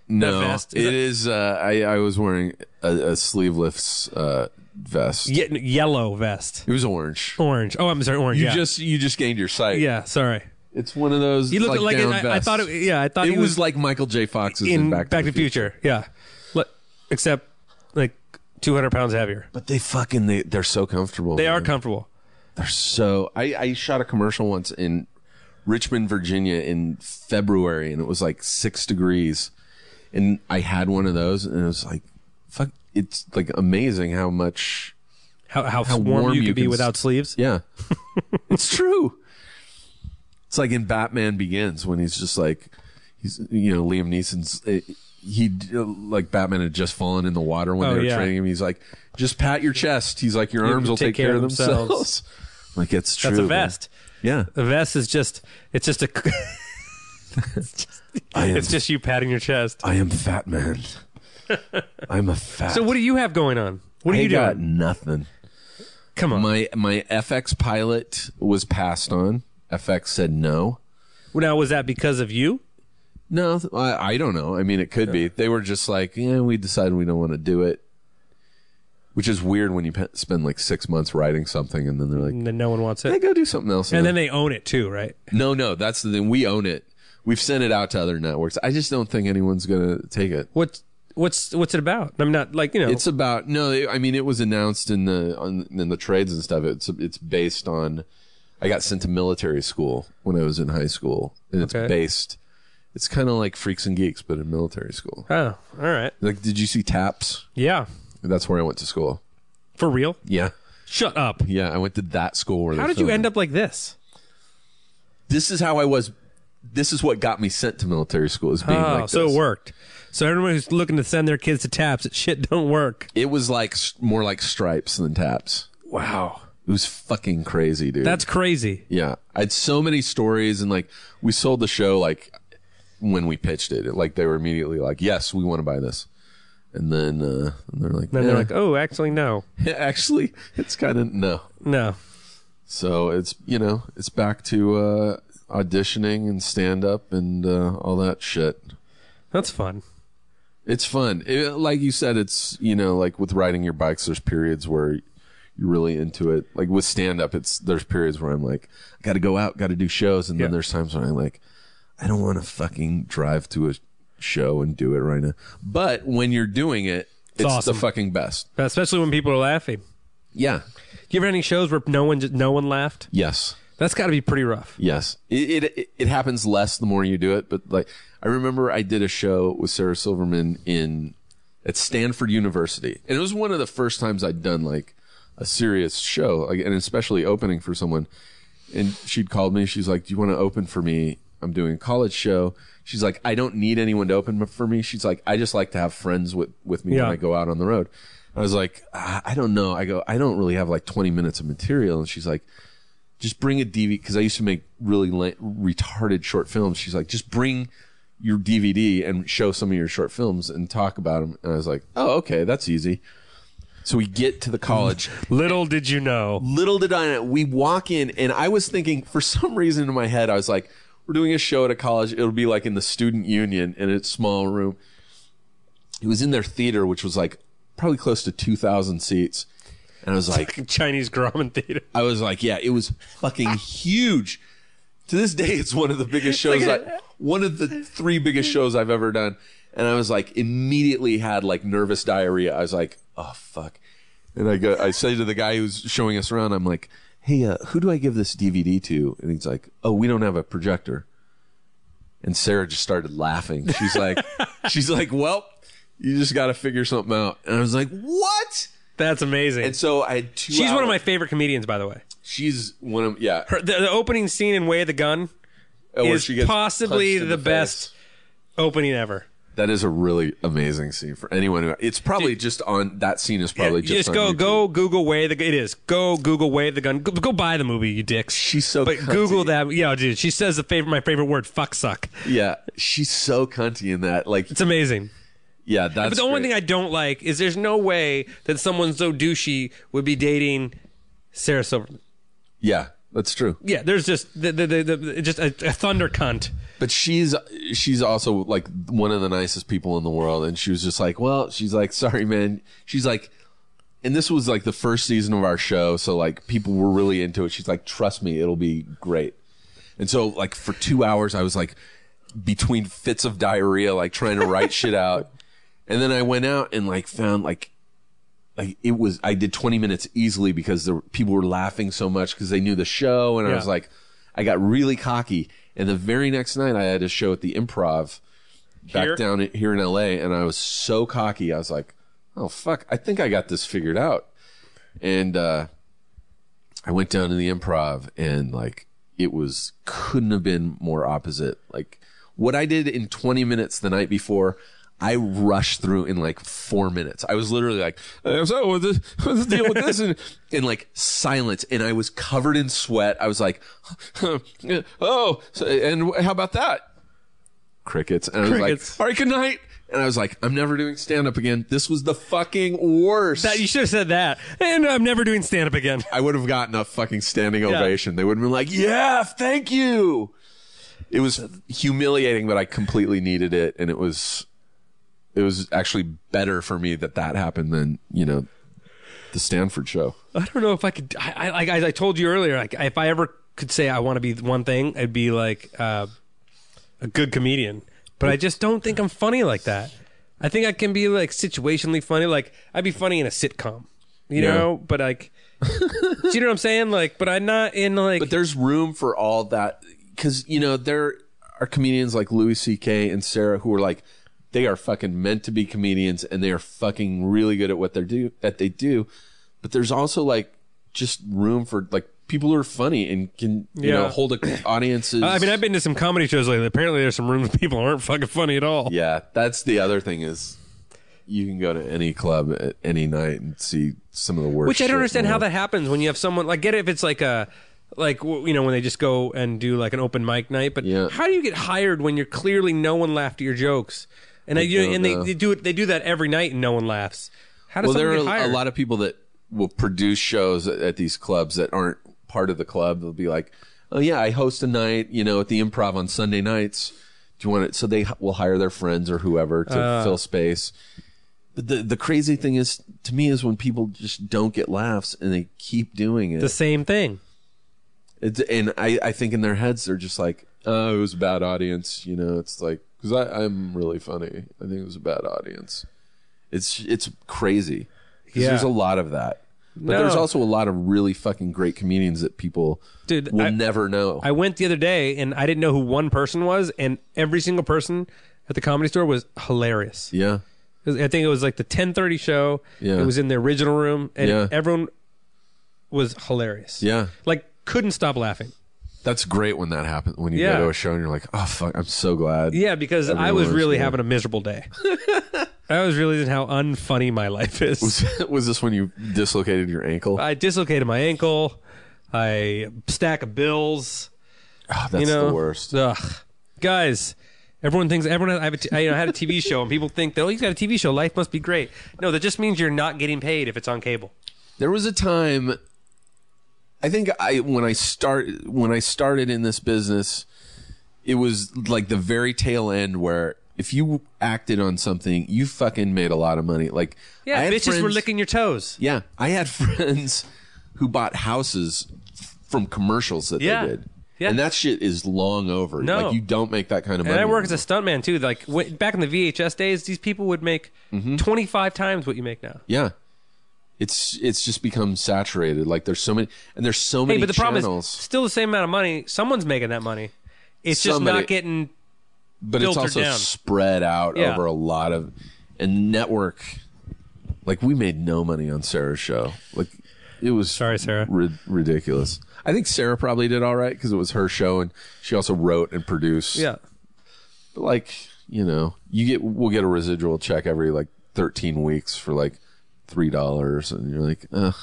[SPEAKER 1] No,
[SPEAKER 2] vest? Is
[SPEAKER 1] it
[SPEAKER 2] it-
[SPEAKER 1] is. Uh, I I was wearing a, a sleeveless uh, vest.
[SPEAKER 2] Ye- n- yellow vest,
[SPEAKER 1] It was orange.
[SPEAKER 2] orange. Oh, I'm sorry, orange.
[SPEAKER 1] You
[SPEAKER 2] yeah.
[SPEAKER 1] just you just gained your sight.
[SPEAKER 2] yeah, sorry.
[SPEAKER 1] it's one of those.
[SPEAKER 2] You look like,
[SPEAKER 1] down
[SPEAKER 2] it, I, I
[SPEAKER 1] vests.
[SPEAKER 2] thought. It, yeah, I thought
[SPEAKER 1] It
[SPEAKER 2] he
[SPEAKER 1] was like Michael J. Fox's in,
[SPEAKER 2] in Back, to the Future. Yeah, Le- except like 200 pounds heavier.
[SPEAKER 1] But they fucking they they're so comfortable.
[SPEAKER 2] They are
[SPEAKER 1] man.
[SPEAKER 2] comfortable.
[SPEAKER 1] They're so. I, I shot a commercial once in Richmond, Virginia in February, and it was like six degrees. And I had one of those, and it was like, fuck, it's like amazing how much.
[SPEAKER 2] How, how,
[SPEAKER 1] How
[SPEAKER 2] warm,
[SPEAKER 1] warm
[SPEAKER 2] you
[SPEAKER 1] you
[SPEAKER 2] could be
[SPEAKER 1] can s-
[SPEAKER 2] without sleeves.
[SPEAKER 1] Yeah.
[SPEAKER 2] (laughs)
[SPEAKER 1] it's true. It's like in Batman Begins when he's just like, he's, you know, Liam Neeson's. eh, he like Batman had just fallen in the water when
[SPEAKER 2] Oh,
[SPEAKER 1] they were
[SPEAKER 2] yeah.
[SPEAKER 1] training him. He's like, just pat your chest. He's like, your
[SPEAKER 2] You
[SPEAKER 1] arms will take, care, of themselves. (laughs) like it's true.
[SPEAKER 2] That's a
[SPEAKER 1] man.
[SPEAKER 2] vest. (laughs)
[SPEAKER 1] Yeah.
[SPEAKER 2] A vest is just it's just a (laughs)
[SPEAKER 1] I am,
[SPEAKER 2] it's just you patting your chest.
[SPEAKER 1] I am fat
[SPEAKER 2] (laughs)
[SPEAKER 1] man. I'm a fat.
[SPEAKER 2] So what do you have going on? What are
[SPEAKER 1] I
[SPEAKER 2] you
[SPEAKER 1] got
[SPEAKER 2] doing?
[SPEAKER 1] nothing.
[SPEAKER 2] Come on.
[SPEAKER 1] My my FX pilot was passed on. FX said no.
[SPEAKER 2] now was that because of you?
[SPEAKER 1] No, th- I, I don't know. I mean, it could be. They were just like, yeah, we decided we don't want to do it, which is weird when you pe- spend like six months writing something and then they're like,
[SPEAKER 2] And then no one wants
[SPEAKER 1] hey,
[SPEAKER 2] it.
[SPEAKER 1] go do something else.
[SPEAKER 2] Mm. And then they own it too, right?
[SPEAKER 1] no, no, that's the thing. We own it. We've sent it out to other networks. I just don't think anyone's going to take it.
[SPEAKER 2] What's what's what's it about? I'm not like you know.
[SPEAKER 1] It's about no. it- I mean, it was announced in the on, in the trades and stuff. It's it's based on. I got sent to military school when I was in high school, and it's
[SPEAKER 2] Okay.
[SPEAKER 1] based. It's kind of like Freaks and Geeks, but in military school.
[SPEAKER 2] oh, all right.
[SPEAKER 1] Like, did you see Taps?
[SPEAKER 2] Yeah,
[SPEAKER 1] That's where I went to school.
[SPEAKER 2] for real.
[SPEAKER 1] Yeah,
[SPEAKER 2] Shut up.
[SPEAKER 1] yeah. I went to that school. Where
[SPEAKER 2] How did you end up like this?
[SPEAKER 1] This is how I was. This is what got me sent to military school. Is being
[SPEAKER 2] Oh,
[SPEAKER 1] like
[SPEAKER 2] so
[SPEAKER 1] this.
[SPEAKER 2] it worked. So everyone who's looking to send their kids to taps, it shit don't work.
[SPEAKER 1] It was like s- more like stripes than Taps.
[SPEAKER 2] Wow,
[SPEAKER 1] It was fucking crazy, dude.
[SPEAKER 2] that's crazy.
[SPEAKER 1] Yeah, I had so many stories, and like we sold the show like when we pitched it, like they were immediately like, "Yes, we want to buy this," and then uh, and they're like,
[SPEAKER 2] Then they're
[SPEAKER 1] "Eh,
[SPEAKER 2] like, oh, actually, no,
[SPEAKER 1] (laughs) actually, it's kind of no."
[SPEAKER 2] no.
[SPEAKER 1] So it's you know it's back to uh, auditioning and stand up and uh, all that shit.
[SPEAKER 2] That's fun.
[SPEAKER 1] It's fun, It- like you said. It's you know like with riding your bikes, there's periods where you're really into it. Like with stand up, it's there's periods where I'm like, I got to go out, got to do shows, and then
[SPEAKER 2] Yeah.
[SPEAKER 1] there's times when I'm like, I don't want to fucking drive to a show and do it right now. But when you're doing it, it's,
[SPEAKER 2] awesome.
[SPEAKER 1] the fucking best.
[SPEAKER 2] Especially when people are laughing.
[SPEAKER 1] Yeah.
[SPEAKER 2] You ever had any shows where no one just, no one laughed?
[SPEAKER 1] Yes.
[SPEAKER 2] That's got to be pretty rough.
[SPEAKER 1] Yes, it, it it happens less the more you do it. But like, I remember I did a show with Sarah Silverman in at Stanford University, and it was one of the first times I'd done like a serious show, like, and especially opening for someone. And she'd called me. She's like, "Do you want to open for me? I'm doing a college show." She's like, "I don't need anyone to open for me." She's like, "I just like to have friends with with me
[SPEAKER 2] Yeah.
[SPEAKER 1] when I go out on the road." I was like, "I I don't know." I go, "I don't really have like 20 minutes of material," and she's like just bring a DVD because I used to make really la- retarded short films. She's like, just bring your DVD and show some of your short films and talk about them. And I was like, oh, okay, that's easy. So we get to the college.
[SPEAKER 2] Little did you know. (laughs)
[SPEAKER 1] Little did I know, we walk in, and I was thinking for some reason in my head, I was like, we're doing a show at a college. It'll be like in the student union in its small room. It was in their theater, which was like probably close to 2,000 seats. And I was like,
[SPEAKER 2] Chinese Grommen Theater.
[SPEAKER 1] I was like, yeah, it was fucking huge. To this day, it's one of the biggest shows, I, one of the three biggest shows I've ever done. And I was like, immediately had like nervous diarrhea. I was like, oh fuck. And I go, I say to the guy who's showing us around, I'm like, hey, uh, who do I give this DVD to? And he's like, oh, we don't have a projector. And Sarah just started laughing. She's
[SPEAKER 2] (laughs)
[SPEAKER 1] like, she's like, well, you just got to figure something out. And I was like, what?
[SPEAKER 2] That's amazing.
[SPEAKER 1] And so I had two.
[SPEAKER 2] She's one of
[SPEAKER 1] hours-
[SPEAKER 2] my favorite comedians, by the way.
[SPEAKER 1] She's one of yeah.
[SPEAKER 2] Her, the, the opening scene in Way of the Gun
[SPEAKER 1] uh, where
[SPEAKER 2] is
[SPEAKER 1] she gets
[SPEAKER 2] possibly
[SPEAKER 1] punched in
[SPEAKER 2] the,
[SPEAKER 1] face.
[SPEAKER 2] best opening ever.
[SPEAKER 1] That is a really amazing scene for anyone. Who, it's probably just on that scene is probably
[SPEAKER 2] just
[SPEAKER 1] just, on
[SPEAKER 2] go
[SPEAKER 1] YouTube.
[SPEAKER 2] go Google Way of the It is. Go Google Way of the Gun. Go, go buy the movie, you dicks.
[SPEAKER 1] She's so
[SPEAKER 2] But
[SPEAKER 1] cunty.
[SPEAKER 2] Google that. Yeah, dude. She says the favorite my favorite word, fuck suck.
[SPEAKER 1] Yeah, she's so cunty in that. Like
[SPEAKER 2] It's amazing.
[SPEAKER 1] yeah, that's.
[SPEAKER 2] But the only thing I don't like is there's no way that someone so douchey would be dating Sarah Silverman.
[SPEAKER 1] yeah, that's true.
[SPEAKER 2] Yeah, there's just the, the, the, the, just a, a thunder cunt.
[SPEAKER 1] But she's she's also like one of the nicest people in the world, and she was just like, well, she's like, sorry, man. She's like, and this was like the first season of our show, so like people were really into it. She's like, trust me, it'll be great. And so like for two hours, I was like between fits
[SPEAKER 2] (laughs)
[SPEAKER 1] of diarrhea, like trying to write shit out. And then I went out and like found like like it was I did 20 minutes easily because the people were laughing so much because they knew the show and I
[SPEAKER 2] Yeah.
[SPEAKER 1] was like I got really cocky and the very next night I had a show at the improv back
[SPEAKER 2] Here?
[SPEAKER 1] down i- here in LA and I was so cocky I was like oh fuck I think I got this figured out and uh I went down to the improv and like it was couldn't have been more opposite. Like what I did in 20 minutes the night before, I rushed through in like four minutes. I was literally like, uh, so what's this, (laughs) what's the deal with this? And, (laughs) and like silence. And I was covered in sweat. I was like, (laughs) oh, so, and how about that? Crickets. And I was
[SPEAKER 2] Crickets.
[SPEAKER 1] like, all right, good night. And I was like, I'm never doing stand up again. This was the fucking worst.
[SPEAKER 2] That you should have said that. And I'm never doing stand up again.
[SPEAKER 1] I would have gotten a fucking standing ovation. They would have been like, "Yeah, thank you." It was humiliating, but I completely needed it, and it was, it was actually better for me that that happened than you know, the Stanford show.
[SPEAKER 2] I don't know if I could. I, I like I, I told you earlier, like if I ever could say I want to be one thing, I'd be like uh, a good comedian. But I just don't think I'm funny like that. I think I can be like situationally funny. Like I'd be funny in a sitcom, you
[SPEAKER 1] Yeah.
[SPEAKER 2] know. But like, do you know what I'm saying? Like, but I'm not in like.
[SPEAKER 1] But there's room for all that because you know there are comedians like Louis C.K. and Sarah who are like they are fucking meant to be comedians and they are fucking really good at what they do that they do. But there's also like just room for like people who are funny and can you know
[SPEAKER 2] Yeah.
[SPEAKER 1] hold
[SPEAKER 2] (clears throat)
[SPEAKER 1] a audiences.
[SPEAKER 2] I mean, I've been to some comedy shows lately. Apparently, there's some rooms people aren't fucking funny at all.
[SPEAKER 1] yeah. That's the other thing is you can go to any club at any night and see some of the worst.
[SPEAKER 2] Which I
[SPEAKER 1] shit
[SPEAKER 2] don't
[SPEAKER 1] in the
[SPEAKER 2] understand how
[SPEAKER 1] world.
[SPEAKER 2] that happens when you have someone like get it if it's like a like w- you know when they just go and do like an open mic night, but
[SPEAKER 1] Yeah.
[SPEAKER 2] how do you get hired when you're clearly no one laughed at your jokes? And I, you,
[SPEAKER 1] don't
[SPEAKER 2] and they,
[SPEAKER 1] know.
[SPEAKER 2] they do it they do that every night and no one laughs. How does
[SPEAKER 1] well, there
[SPEAKER 2] someone
[SPEAKER 1] are
[SPEAKER 2] get hired?
[SPEAKER 1] a lot of people that will produce shows at, at these clubs that aren't part of the club. They'll be like, "Oh yeah, I host a night, you know, at the Improv on Sunday nights. Do you want it?" So they h- will hire their friends or whoever to
[SPEAKER 2] Uh.
[SPEAKER 1] fill space. But the the crazy thing is, to me, is when people just don't get laughs and they keep doing it.
[SPEAKER 2] the same thing.
[SPEAKER 1] It's, and I, I think in their heads they're just like, "Oh, it was a bad audience," you know. It's like because I'm really funny. I think it was a bad audience. It's it's crazy. 'Cause
[SPEAKER 2] Yeah.
[SPEAKER 1] There's a lot of that, but
[SPEAKER 2] No.
[SPEAKER 1] there's also a lot of really fucking great comedians that people
[SPEAKER 2] Dude,
[SPEAKER 1] will
[SPEAKER 2] I-
[SPEAKER 1] never know.
[SPEAKER 2] I went the other day and I didn't know who one person was, and every single person at the comedy store was hilarious.
[SPEAKER 1] yeah,
[SPEAKER 2] 'Cause I think it was like the 10:30 show.
[SPEAKER 1] Yeah.
[SPEAKER 2] It was in the original room, and
[SPEAKER 1] Yeah.
[SPEAKER 2] everyone was hilarious.
[SPEAKER 1] yeah.
[SPEAKER 2] like couldn't stop laughing.
[SPEAKER 1] That's great when that happens. When you
[SPEAKER 2] Yeah.
[SPEAKER 1] go to a show and you're like, "Oh fuck, I'm so glad."
[SPEAKER 2] Yeah, because I
[SPEAKER 1] Everyone
[SPEAKER 2] was
[SPEAKER 1] was
[SPEAKER 2] really
[SPEAKER 1] cool.
[SPEAKER 2] having a miserable day. I was realizing how unfunny my life is.
[SPEAKER 1] (laughs) was this when you dislocated your ankle?
[SPEAKER 2] I dislocated my ankle. I stack of bills.
[SPEAKER 1] Oh, that's
[SPEAKER 2] you know,
[SPEAKER 1] the worst.
[SPEAKER 2] Ugh. guys. Everyone thinks everyone. I, have a t- I, you know, I had a TV (laughs) show, and people think that oh, he's got a TV show. Life must be great. No, that just means you're not getting paid if it's on cable.
[SPEAKER 1] There was a time I think I when I start when I started in this business it was like the very tail end where if you acted on something you fucking made a lot of money like
[SPEAKER 2] Yeah,
[SPEAKER 1] I had
[SPEAKER 2] bitches were
[SPEAKER 1] friends-
[SPEAKER 2] licking your toes.
[SPEAKER 1] Yeah, I had (laughs) friends who bought houses f- from commercials that
[SPEAKER 2] Yeah.
[SPEAKER 1] they did.
[SPEAKER 2] Yeah.
[SPEAKER 1] And that shit is long over.
[SPEAKER 2] No.
[SPEAKER 1] Like you don't make that kind of money.
[SPEAKER 2] And I work as a stuntman too. Like w- back in the VHS days, these people would make
[SPEAKER 1] Mm-hmm.
[SPEAKER 2] 25 times what you make now.
[SPEAKER 1] Yeah. It's it's just become saturated. Like there's so many and there's so many
[SPEAKER 2] Hey, but the
[SPEAKER 1] channels.
[SPEAKER 2] problem is still the same amount of money. Someone's making that money. It's just
[SPEAKER 1] Somebody-
[SPEAKER 2] not getting.
[SPEAKER 1] but it's
[SPEAKER 2] filtered
[SPEAKER 1] also
[SPEAKER 2] down.
[SPEAKER 1] spread out
[SPEAKER 2] Yeah.
[SPEAKER 1] over a lot of and network like we made no money on sarah's show like it was
[SPEAKER 2] Sorry, Sarah.
[SPEAKER 1] rid- ridiculous i think sarah probably did all right because it was her show and she also wrote and produced
[SPEAKER 2] Yeah,
[SPEAKER 1] but like you know you get we'll get a residual check every like 13 weeks for like three dollars and you're like Ugh.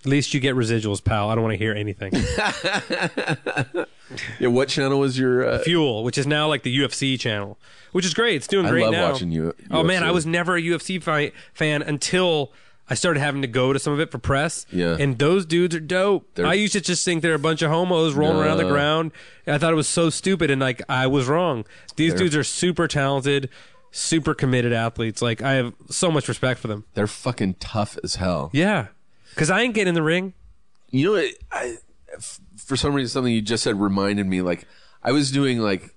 [SPEAKER 2] at least you get residuals, pal. I don't want to hear (laughs) anything.
[SPEAKER 1] yeah what channel was your uh,
[SPEAKER 2] Fuel, which is now like the UFC channel, which is great. It's doing
[SPEAKER 1] I
[SPEAKER 2] great
[SPEAKER 1] love
[SPEAKER 2] now.
[SPEAKER 1] watching U-
[SPEAKER 2] Oh man,
[SPEAKER 1] UFC.
[SPEAKER 2] I was never a UFC fi- fan until I started having to go to some of it for press.
[SPEAKER 1] Yeah.
[SPEAKER 2] and those dudes are dope.
[SPEAKER 1] They're-
[SPEAKER 2] I used to just think they're a bunch of homos rolling around the
[SPEAKER 1] No.
[SPEAKER 2] ground. I thought it was so stupid, and like I was wrong. These dudes are super talented, super committed athletes. Like I have so much respect for them.
[SPEAKER 1] they're fucking tough as hell
[SPEAKER 2] Yeah, because I ain't getting in the ring.
[SPEAKER 1] You know, what? I f- for some reason something you just said reminded me. Like I was doing like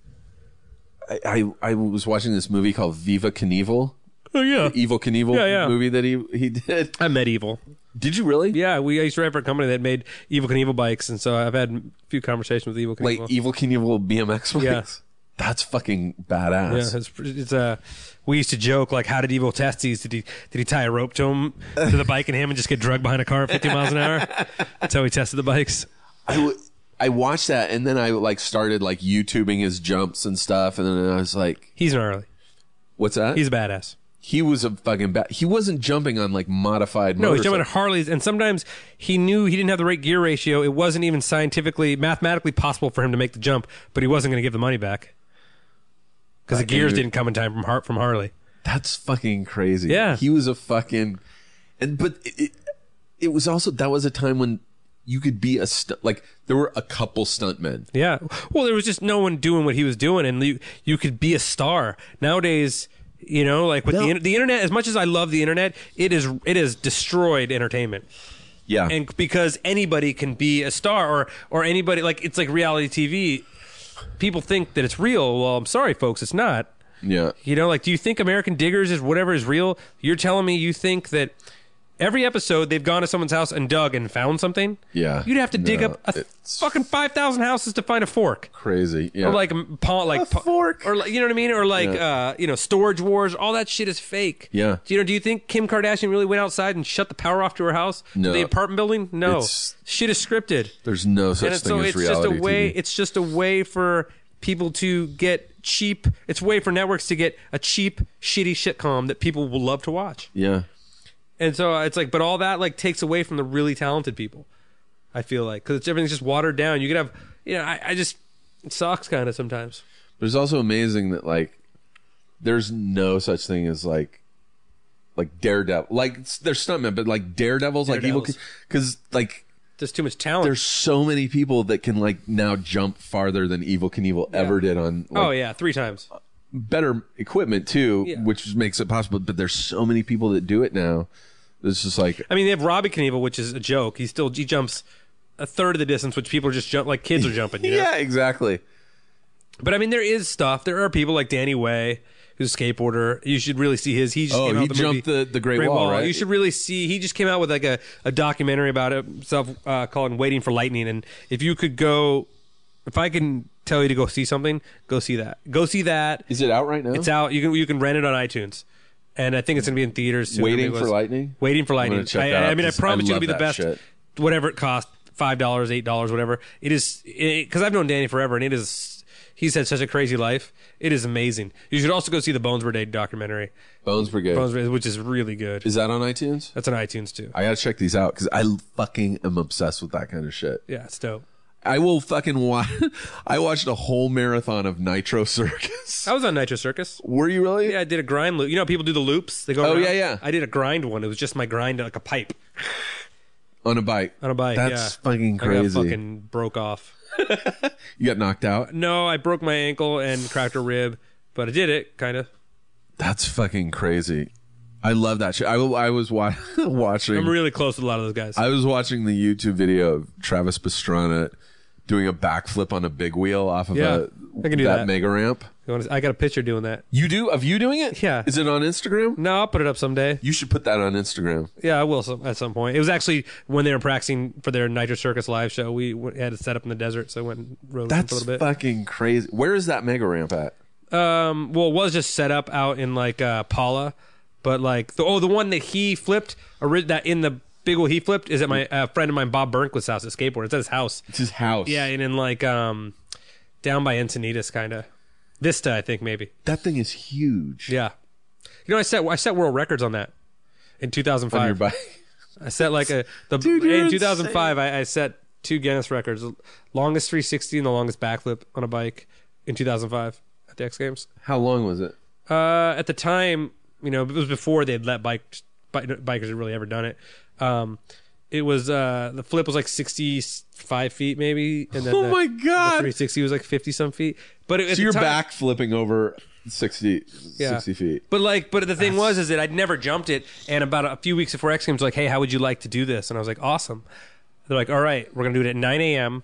[SPEAKER 1] I I, I was watching this movie called Viva Knievel.
[SPEAKER 2] Oh yeah.
[SPEAKER 1] Evil Knievel
[SPEAKER 2] Yeah, yeah.
[SPEAKER 1] movie that he he did. (laughs)
[SPEAKER 2] I met Evil.
[SPEAKER 1] Did you really?
[SPEAKER 2] Yeah, we I used to ride for a company that made Evil Knievel bikes, and so I've had a few conversations with Evil
[SPEAKER 1] Like
[SPEAKER 2] Knievel.
[SPEAKER 1] Evil Knievel BMX bikes.
[SPEAKER 2] Yeah.
[SPEAKER 1] That's fucking
[SPEAKER 2] yeah,
[SPEAKER 1] badass.
[SPEAKER 2] it's, pretty- it's uh, we used to joke like, how did Evil test these? Did he did he tie a rope to him to the bike and him and just get drugged behind a car at 50 miles an hour? That's how he tested the bikes.
[SPEAKER 1] I, w- I watched that and then I like started like YouTubing his jumps and stuff and then I was like,
[SPEAKER 2] He's gnarly.
[SPEAKER 1] what's that?
[SPEAKER 2] He's a badass.
[SPEAKER 1] he was a fucking bad. He wasn't jumping on like modified.
[SPEAKER 2] No, he's jumping
[SPEAKER 1] motorcycle-
[SPEAKER 2] at Harleys, and sometimes he knew he didn't have the right gear ratio. It wasn't even scientifically, mathematically possible for him to make the jump, but he wasn't going to give the money back because the gears didn't come in time from Har- from Harley.
[SPEAKER 1] That's fucking crazy.
[SPEAKER 2] Yeah.
[SPEAKER 1] he was a fucking, and but it, it, it was also that was a time when you could be a stunt. Like there were a couple stuntmen.
[SPEAKER 2] Yeah. Well, there was just no one doing what he was doing, and you, you could be a star. Nowadays, you know, like with the, in- the internet, as much as I love the internet, it is it has destroyed entertainment.
[SPEAKER 1] Yeah,
[SPEAKER 2] And because anybody can be a star or or anybody like it's like reality TV. People think that it's real. Well, I'm sorry folks, it's not.
[SPEAKER 1] yeah.
[SPEAKER 2] You know, like do you think American Diggers is whatever is real? You're telling me you think that every episode they've gone to someone's house and dug and found something?
[SPEAKER 1] Yeah.
[SPEAKER 2] You'd have to dig
[SPEAKER 1] No,
[SPEAKER 2] up a
[SPEAKER 1] it's-
[SPEAKER 2] fucking 5,000 houses to find a fork
[SPEAKER 1] Crazy. Yeah.
[SPEAKER 2] or like um, pawn, like pa-
[SPEAKER 1] fork.
[SPEAKER 2] or like you know what I mean, or like uh, you know, storage wars. All that shit is fake.
[SPEAKER 1] Yeah.
[SPEAKER 2] Do you know? Do you think Kim Kardashian really went outside and shut the power off to her house, to
[SPEAKER 1] No.
[SPEAKER 2] the apartment building? No,
[SPEAKER 1] It's-
[SPEAKER 2] shit is scripted,
[SPEAKER 1] there's no
[SPEAKER 2] and
[SPEAKER 1] such
[SPEAKER 2] it's,
[SPEAKER 1] thing
[SPEAKER 2] so
[SPEAKER 1] as
[SPEAKER 2] it's just
[SPEAKER 1] reality.
[SPEAKER 2] a way.
[SPEAKER 1] TV.
[SPEAKER 2] It's just a way for people to get cheap. It's a way for networks to get a cheap, shitty sitcom that people will love to watch.
[SPEAKER 1] yeah.
[SPEAKER 2] And so uh, it's like, but all that like takes away from the really talented people. I feel like because everything's just watered down. You could have, you know, I, I just it sucks kind of sometimes.
[SPEAKER 1] But it's also amazing that like there's no such thing as like like daredevil like s- there's stuntmen but like daredevils, like evil
[SPEAKER 2] Daredevils.
[SPEAKER 1] because like
[SPEAKER 2] There's too much talent.
[SPEAKER 1] there's so many people that can like now jump farther than evil knievel ever did on like,
[SPEAKER 2] oh yeah, three times.
[SPEAKER 1] better equipment too
[SPEAKER 2] Yeah.
[SPEAKER 1] which makes it possible but there's so many people that do it now it's just like
[SPEAKER 2] I mean, they have Robbie Knievel, which is a joke. He still he jumps a third of the distance, which people are just jump like kids are
[SPEAKER 1] (laughs)
[SPEAKER 2] jumping. You know?
[SPEAKER 1] yeah exactly
[SPEAKER 2] But I mean, there is stuff. There are people like Danny Way, who's a skateboarder. You should really see his. He just
[SPEAKER 1] Oh,
[SPEAKER 2] came out
[SPEAKER 1] he
[SPEAKER 2] with the movie,
[SPEAKER 1] jumped the- the Great Wall, right?
[SPEAKER 2] You should really see. He just came out with like a, a documentary about himself uh, called "Waiting for Lightning." And if you could go, if I can tell you to go see something, go see that. Go see that.
[SPEAKER 1] is it out right now
[SPEAKER 2] It's out. You can you can rent it on iTunes, and I think it's gonna be in theaters. Soon.
[SPEAKER 1] Waiting
[SPEAKER 2] It was-
[SPEAKER 1] for Lightning?
[SPEAKER 2] Waiting for lightning.
[SPEAKER 1] check
[SPEAKER 2] I,
[SPEAKER 1] that
[SPEAKER 2] I
[SPEAKER 1] out
[SPEAKER 2] mean, I
[SPEAKER 1] 'cause I
[SPEAKER 2] promise you it'll
[SPEAKER 1] love
[SPEAKER 2] be the
[SPEAKER 1] that
[SPEAKER 2] best.
[SPEAKER 1] shit.
[SPEAKER 2] Whatever it costs, five dollars, eight dollars, whatever it is. Because I've known Danny forever, and it is. He's had such a crazy life. It is amazing. You should also go see the Bones Brigade documentary,
[SPEAKER 1] bones brigade
[SPEAKER 2] Bones Brigade, which is really good.
[SPEAKER 1] is that on itunes
[SPEAKER 2] That's on iTunes too.
[SPEAKER 1] i gotta check these out because i fucking am obsessed with that kind of shit
[SPEAKER 2] Yeah, it's dope.
[SPEAKER 1] I will fucking watch. (laughs) I watched a whole marathon of Nitro Circus.
[SPEAKER 2] I was on Nitro Circus.
[SPEAKER 1] Were you really?
[SPEAKER 2] Oh. Yeah, I did a grind loop. You know, how people do the loops. They go.
[SPEAKER 1] Oh,
[SPEAKER 2] around?
[SPEAKER 1] yeah, yeah.
[SPEAKER 2] I did a grind one. It was just my grind like a pipe
[SPEAKER 1] On a bike.
[SPEAKER 2] on a bike.
[SPEAKER 1] That's
[SPEAKER 2] yeah.
[SPEAKER 1] fucking crazy.
[SPEAKER 2] I got fucking broke off. (laughs)
[SPEAKER 1] you got knocked out.
[SPEAKER 2] No, I broke my ankle and cracked a rib, but I did it kind of.
[SPEAKER 1] That's fucking crazy. I love that shit. I, will- I was wa- (laughs) watching.
[SPEAKER 2] I'm really close with a lot of those guys.
[SPEAKER 1] I was watching the YouTube video of Travis Pastrana doing a backflip on a big wheel off of
[SPEAKER 2] Yeah,
[SPEAKER 1] a
[SPEAKER 2] I can do that.
[SPEAKER 1] mega ramp.
[SPEAKER 2] You wanna- I got a picture doing that.
[SPEAKER 1] You do of you doing it?
[SPEAKER 2] Yeah.
[SPEAKER 1] Is it on Instagram?
[SPEAKER 2] No, I'll put it up someday.
[SPEAKER 1] You should put that on Instagram.
[SPEAKER 2] Yeah, I will some, at some point. It was actually when they were practicing for their Nitro Circus live show. We w- had it set up in the desert, so I went and rode with them for a
[SPEAKER 1] That's
[SPEAKER 2] little bit.
[SPEAKER 1] fucking crazy. Where is that mega ramp at?
[SPEAKER 2] Um, well, it was just set up out in like uh, Paula, but like the oh the one that he flipped ori- that in the big one he flipped is at my uh, friend of mine Bob Burnquist's house at skateboard. It's at his house.
[SPEAKER 1] It's his house.
[SPEAKER 2] Yeah, and in like um, down by Encinitas, kind of Vista, I think maybe.
[SPEAKER 1] That thing is huge.
[SPEAKER 2] Yeah. You know, I set I set world records on that in 2005.
[SPEAKER 1] On your bike.
[SPEAKER 2] I set like a the
[SPEAKER 1] you're
[SPEAKER 2] in 2005 I, I set two Guinness records: longest 360 and the longest backflip on a bike in 2005 at the X Games.
[SPEAKER 1] (laughs) How long was it?
[SPEAKER 2] Uh, at the time, you know, it was before they had let bike, bi- bikers had really ever done it. Um, it was uh, the flip was like 65 feet maybe, and then
[SPEAKER 1] Oh
[SPEAKER 2] the,
[SPEAKER 1] my God.
[SPEAKER 2] the 360 was like 50 some feet. But it, at
[SPEAKER 1] So
[SPEAKER 2] the
[SPEAKER 1] you're
[SPEAKER 2] time-
[SPEAKER 1] back flipping over 60,
[SPEAKER 2] Yeah.
[SPEAKER 1] 60 feet.
[SPEAKER 2] But like, but the thing was, is that I'd never jumped it. And about a few weeks before X Games, like, hey, how would you like to do this? And I was like, awesome. They're like, all right, we're gonna do it at 9 a.m.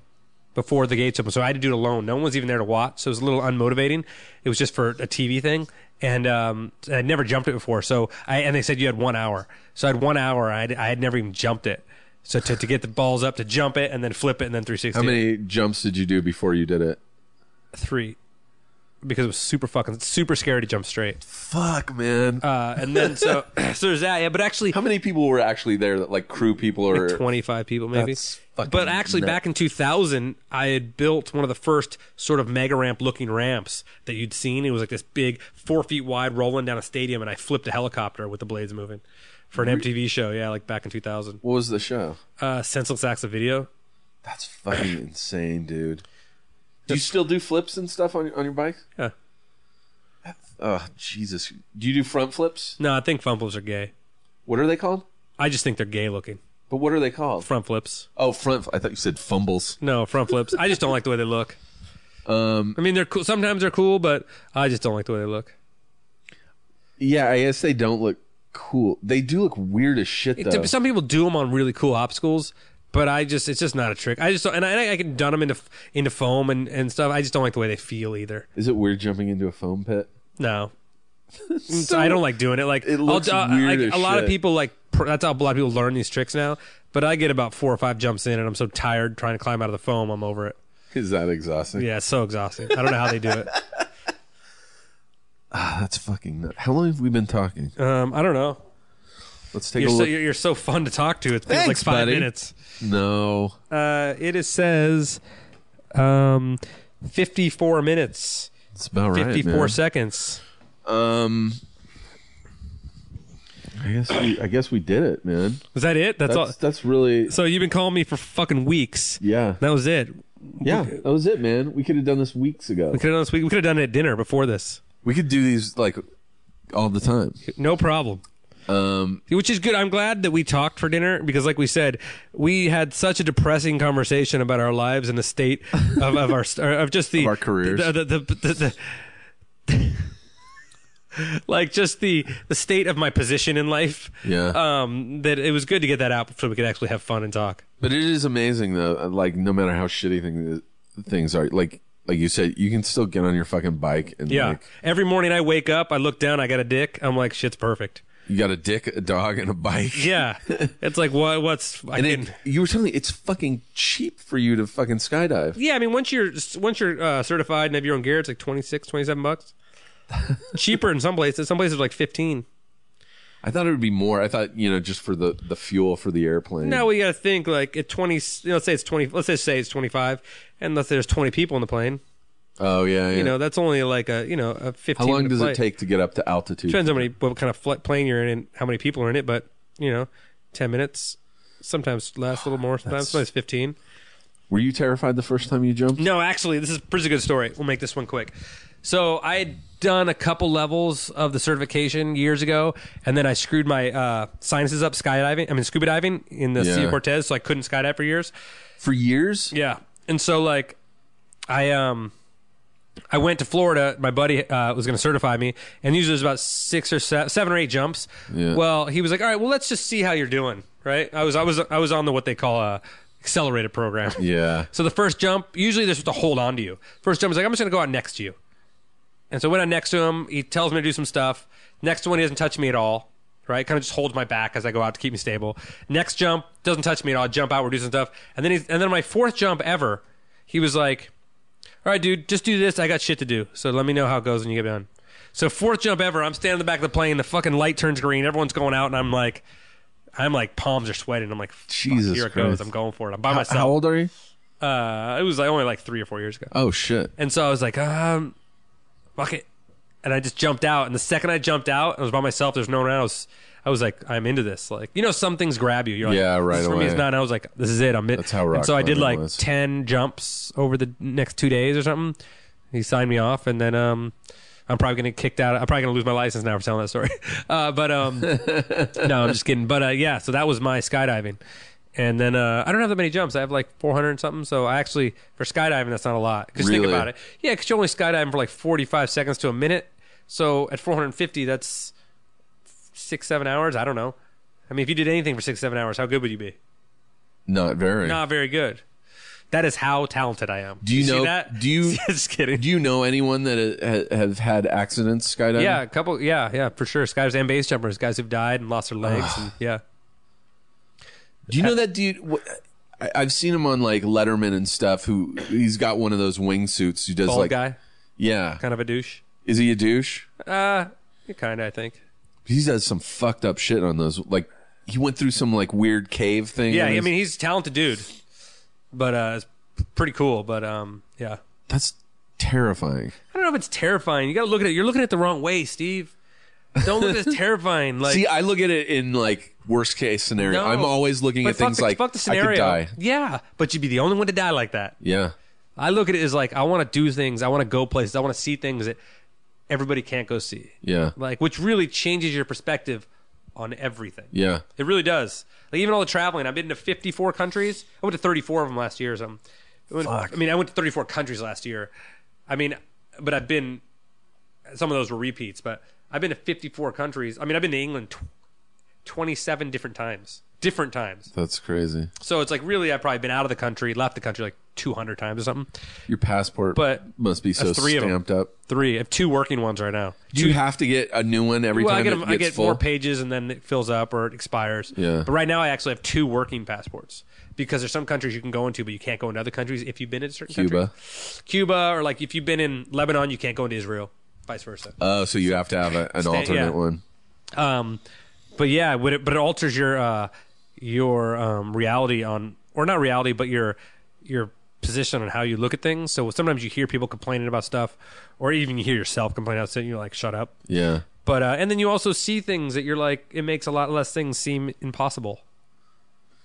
[SPEAKER 2] before the gates open. So I had to do it alone. No one was even there to watch. So it was a little unmotivating. It was just for a TV thing. And um, I'd never jumped it before. So I, and they said you had one hour. So I had one hour. I had, I had never even jumped it. So to, to get the balls up, to jump it and then flip it and then 360.
[SPEAKER 1] How many jumps did you do before you did it?
[SPEAKER 2] Three. Because it was super fucking, super scary to jump straight.
[SPEAKER 1] Fuck, man.
[SPEAKER 2] Uh, and
[SPEAKER 1] (coughs)
[SPEAKER 2] then so, (coughs) so there's that. Yeah. But actually,
[SPEAKER 1] How many people were actually there? That like crew people or
[SPEAKER 2] 25 people maybe
[SPEAKER 1] That's fucking
[SPEAKER 2] but actually
[SPEAKER 1] nuts.
[SPEAKER 2] back in 2000 i had built one of the first sort of mega ramp looking ramps that you'd seen it was like this big four feet wide rolling down a stadium and i flipped a helicopter with the blades moving for an mtv show yeah like back in 2000
[SPEAKER 1] What was the show?
[SPEAKER 2] uh senseless acts of video
[SPEAKER 1] That's (clears throat) fucking insane, dude. Do you still do flips and stuff on on your bike?
[SPEAKER 2] Yeah.
[SPEAKER 1] Oh Jesus! Do you do front flips?
[SPEAKER 2] no i think front flips are gay
[SPEAKER 1] What are they called?
[SPEAKER 2] i just think they're gay looking
[SPEAKER 1] But what are they called?
[SPEAKER 2] front flips
[SPEAKER 1] Oh, front. I thought you said fumbles.
[SPEAKER 2] no front flips i just don't like the way they look um i mean they're cool sometimes they're cool but i just don't like the way they look
[SPEAKER 1] Yeah, I guess they don't look cool. They do look weird as shit
[SPEAKER 2] It-
[SPEAKER 1] though.
[SPEAKER 2] some people do them on really cool obstacles, but I just it's just not a trick. I just don't, and I, I can dun them into into foam and, and stuff. I just don't like the way they feel either.
[SPEAKER 1] Is it weird jumping into a foam pit?
[SPEAKER 2] No, Mm, I don't like doing it. Like
[SPEAKER 1] It looks
[SPEAKER 2] I'll, uh,
[SPEAKER 1] weird
[SPEAKER 2] like,
[SPEAKER 1] as
[SPEAKER 2] a lot of
[SPEAKER 1] shit.
[SPEAKER 2] people like pr- that's how a lot of people learn these tricks now. But I get about four or five jumps in, and I'm so tired trying to climb out of the foam. I'm over it.
[SPEAKER 1] Is that exhausting?
[SPEAKER 2] Yeah, it's so exhausting. I don't know how they do it. (laughs)
[SPEAKER 1] That's fucking. Nuts. How long have we been talking?
[SPEAKER 2] Um, I don't know.
[SPEAKER 1] Let's take
[SPEAKER 2] You're
[SPEAKER 1] a
[SPEAKER 2] so
[SPEAKER 1] look.
[SPEAKER 2] you're, you're so fun to talk to. It feels like
[SPEAKER 1] Thanks,
[SPEAKER 2] five
[SPEAKER 1] buddy.
[SPEAKER 2] minutes.
[SPEAKER 1] no.
[SPEAKER 2] Uh, it is says, um, fifty four minutes.
[SPEAKER 1] It's about right.
[SPEAKER 2] 54
[SPEAKER 1] man.
[SPEAKER 2] seconds.
[SPEAKER 1] Um, I guess we, I guess we did it, man.
[SPEAKER 2] Was that it? That's, all.
[SPEAKER 1] That's that's really
[SPEAKER 2] So you've been calling me for fucking weeks.
[SPEAKER 1] yeah,
[SPEAKER 2] That was it.
[SPEAKER 1] yeah. That was it, man. We could have done this weeks ago.
[SPEAKER 2] We could have done this. We could have done it at dinner before this.
[SPEAKER 1] We could do these like all the time.
[SPEAKER 2] No problem.
[SPEAKER 1] Um,
[SPEAKER 2] Which is good. I'm glad that we talked for dinner because, like we said, we had such a depressing conversation about our lives and the state
[SPEAKER 1] (laughs)
[SPEAKER 2] of, of our of just the
[SPEAKER 1] Of our careers.
[SPEAKER 2] The, the, the, the, the- (laughs) like just the the state of my position in life.
[SPEAKER 1] Yeah.
[SPEAKER 2] Um. That it was good to get that out so we could actually have fun and talk.
[SPEAKER 1] but it is amazing though. uh, Like no matter how shitty things things are, like like you said, you can still get on your fucking bike and
[SPEAKER 2] Yeah.
[SPEAKER 1] like,
[SPEAKER 2] Every morning I wake up, I look down, I got a dick. I'm like, shit's perfect.
[SPEAKER 1] you got a dick, a dog, and a bike. (laughs)
[SPEAKER 2] Yeah. it's like what what's I
[SPEAKER 1] And
[SPEAKER 2] can
[SPEAKER 1] it, you were telling me it's fucking cheap for you to fucking skydive.
[SPEAKER 2] Yeah, I mean once you're once you're uh, certified and have your own gear, it's like 26, 27
[SPEAKER 1] (laughs)
[SPEAKER 2] bucks. Cheaper in some places. Some places like 15.
[SPEAKER 1] I thought it would be more. I thought you know just for the the fuel for the airplane.
[SPEAKER 2] Now we got to think like at 20 you know, let's say it's 20 let's just say it's 25 and let's say there's 20 people in the plane.
[SPEAKER 1] oh yeah, yeah.
[SPEAKER 2] You know, that's only like a, you know, a 15
[SPEAKER 1] how long
[SPEAKER 2] minute
[SPEAKER 1] does
[SPEAKER 2] flight.
[SPEAKER 1] it take to get up to altitude?
[SPEAKER 2] Depends how many what kind of fl- plane you're in and how many people are in it, but you know, 10 minutes sometimes lasts a
[SPEAKER 1] Ah,
[SPEAKER 2] little more, sometimes, sometimes 15.
[SPEAKER 1] Were you terrified the first time you jumped?
[SPEAKER 2] No, actually, this is a pretty good story. We'll make this one quick. So I had done a couple levels of the certification years ago, and then I screwed my uh, sinuses up skydiving. I mean, scuba diving in the Sea
[SPEAKER 1] Yeah.
[SPEAKER 2] of Cortez, so I couldn't skydive for years.
[SPEAKER 1] For years?
[SPEAKER 2] Yeah, and so like, I um. I went to Florida. My buddy uh, was going to certify me, and usually there's about six or se- seven or eight jumps.
[SPEAKER 1] Yeah.
[SPEAKER 2] Well, he was like, "All right, well, let's just see how you're doing." Right? I was, I was, I was on the what they call a accelerated program.
[SPEAKER 1] (laughs) Yeah.
[SPEAKER 2] So the first jump, usually they're supposed to hold on to you. First jump is like, I'm just going to go out next to you. And so I went out next to him. He tells me to do some stuff. Next one, he doesn't touch me at all, right? Kind of just holds my back as I go out to keep me stable. Next jump, doesn't touch me at all. I jump out, we're doing some stuff. And then, he's, and then my fourth jump ever, he was like, all right, dude, just do this. I got shit to do. So let me know how it goes when you get done. So fourth jump ever, I'm standing in the back of the plane. The fucking light turns green. Everyone's going out, and I'm like, I'm like palms are sweating. I'm like, fuck,
[SPEAKER 1] Jesus
[SPEAKER 2] here it
[SPEAKER 1] Christ.
[SPEAKER 2] goes. I'm going for it. I'm by myself.
[SPEAKER 1] How old are you?
[SPEAKER 2] Uh, it was like only like three or four years ago.
[SPEAKER 1] Oh shit.
[SPEAKER 2] And so I was like, um, fuck it. And I just jumped out. And the second I jumped out, I was by myself. There's no one else. I was like, I'm into this. Like, you know, some things grab you. You're like,
[SPEAKER 1] Yeah, right
[SPEAKER 2] This for me is
[SPEAKER 1] away.
[SPEAKER 2] not. And I was like, this is it. I'm it.
[SPEAKER 1] That's how rock
[SPEAKER 2] And so I did
[SPEAKER 1] climbing
[SPEAKER 2] like
[SPEAKER 1] was.
[SPEAKER 2] ten jumps over the next two days or something. He signed me off, and then um, I'm probably gonna get kicked out. I'm probably gonna lose my license now for telling that story. (laughs) Uh, but um, no, I'm just kidding. But uh, yeah, so that was my skydiving. And then uh, I don't have that many jumps. I have like 400 and something. So I actually, for skydiving, that's not a lot. Because think
[SPEAKER 1] Really?
[SPEAKER 2] about it. Yeah, because you're only skydiving for like 45 seconds to a minute. So at 450, that's six, seven hours. I don't know. I mean, if you did anything for six, seven hours, how good would you be?
[SPEAKER 1] Not very.
[SPEAKER 2] Not very good. That is how talented I am.
[SPEAKER 1] Do you,
[SPEAKER 2] see
[SPEAKER 1] know?
[SPEAKER 2] that?
[SPEAKER 1] Do you?
[SPEAKER 2] (laughs) Just kidding.
[SPEAKER 1] Do you know anyone that uh, ha- have had accidents skydiving?
[SPEAKER 2] yeah, a couple. Yeah, yeah, for sure. Skydives and base jumpers, guys who've died and lost their legs.
[SPEAKER 1] (sighs)
[SPEAKER 2] and, yeah,
[SPEAKER 1] Do you know that dude? wh- I- I've seen him on like Letterman and stuff. Who he's got one of those wingsuits. Who does
[SPEAKER 2] bald
[SPEAKER 1] like?
[SPEAKER 2] guy,
[SPEAKER 1] Yeah,
[SPEAKER 2] kind of a douche.
[SPEAKER 1] is he a douche?
[SPEAKER 2] Uh, kind of. I think.
[SPEAKER 1] He does some fucked up shit on those. Like he went through some like weird cave thing.
[SPEAKER 2] Yeah,
[SPEAKER 1] in
[SPEAKER 2] I
[SPEAKER 1] his-
[SPEAKER 2] mean he's a talented dude, but uh, it's p- pretty cool. But um, yeah,
[SPEAKER 1] that's terrifying.
[SPEAKER 2] I don't know if it's terrifying. You got to look at it. You're looking at it the wrong way, Steve. Don't look at it as (laughs) terrifying. Like,
[SPEAKER 1] See, I look at it in like worst case scenario.
[SPEAKER 2] No.
[SPEAKER 1] I'm always looking
[SPEAKER 2] but
[SPEAKER 1] at
[SPEAKER 2] fuck
[SPEAKER 1] things
[SPEAKER 2] the-
[SPEAKER 1] like
[SPEAKER 2] fuck the
[SPEAKER 1] I could
[SPEAKER 2] scenario.
[SPEAKER 1] die.
[SPEAKER 2] Yeah, but you'd be the only one to die like that.
[SPEAKER 1] Yeah,
[SPEAKER 2] I look at it as like I want to do things. I want to go places. I want to see things that everybody can't go see.
[SPEAKER 1] yeah,
[SPEAKER 2] Like, which really changes your perspective on everything.
[SPEAKER 1] yeah.
[SPEAKER 2] It really does. Like even all the traveling, I've been to 54 countries. I went to 34 of them last year or something. I, went- I mean, I went to 34 countries last year. I mean, but I've been some of those were repeats, but I've been to 54 countries. I mean, I've been to England tw- 27 different times. Different times.
[SPEAKER 1] That's crazy.
[SPEAKER 2] So it's like really I've probably been out of the country, left the country like 200 times or something.
[SPEAKER 1] Your passport
[SPEAKER 2] But
[SPEAKER 1] must be so
[SPEAKER 2] that's three of 'em.
[SPEAKER 1] stamped up.
[SPEAKER 2] Three, I have two working ones right now.
[SPEAKER 1] Do you have to get a new one every
[SPEAKER 2] well,
[SPEAKER 1] time
[SPEAKER 2] I
[SPEAKER 1] it
[SPEAKER 2] get 'em-
[SPEAKER 1] gets
[SPEAKER 2] I get
[SPEAKER 1] full?
[SPEAKER 2] more pages and then it fills up or it expires.
[SPEAKER 1] Yeah.
[SPEAKER 2] But right now, I actually have two working passports because there's some countries you can go into, but you can't go into other countries if you've been in certain
[SPEAKER 1] Cuba.
[SPEAKER 2] countries. Cuba, or like if you've been in Lebanon, you can't go into Israel, vice versa.
[SPEAKER 1] Oh, so you have to have a, an
[SPEAKER 2] Sta-
[SPEAKER 1] alternate
[SPEAKER 2] yeah.
[SPEAKER 1] one.
[SPEAKER 2] Um, but yeah, would it, but it alters your uh, your um, reality on or not reality, but your your position on how you look at things. So sometimes you hear people complaining about stuff, or even you hear yourself complaining about something. You're like, shut up.
[SPEAKER 1] Yeah.
[SPEAKER 2] But uh, and then you also see things that you're like, it makes a lot less things seem impossible.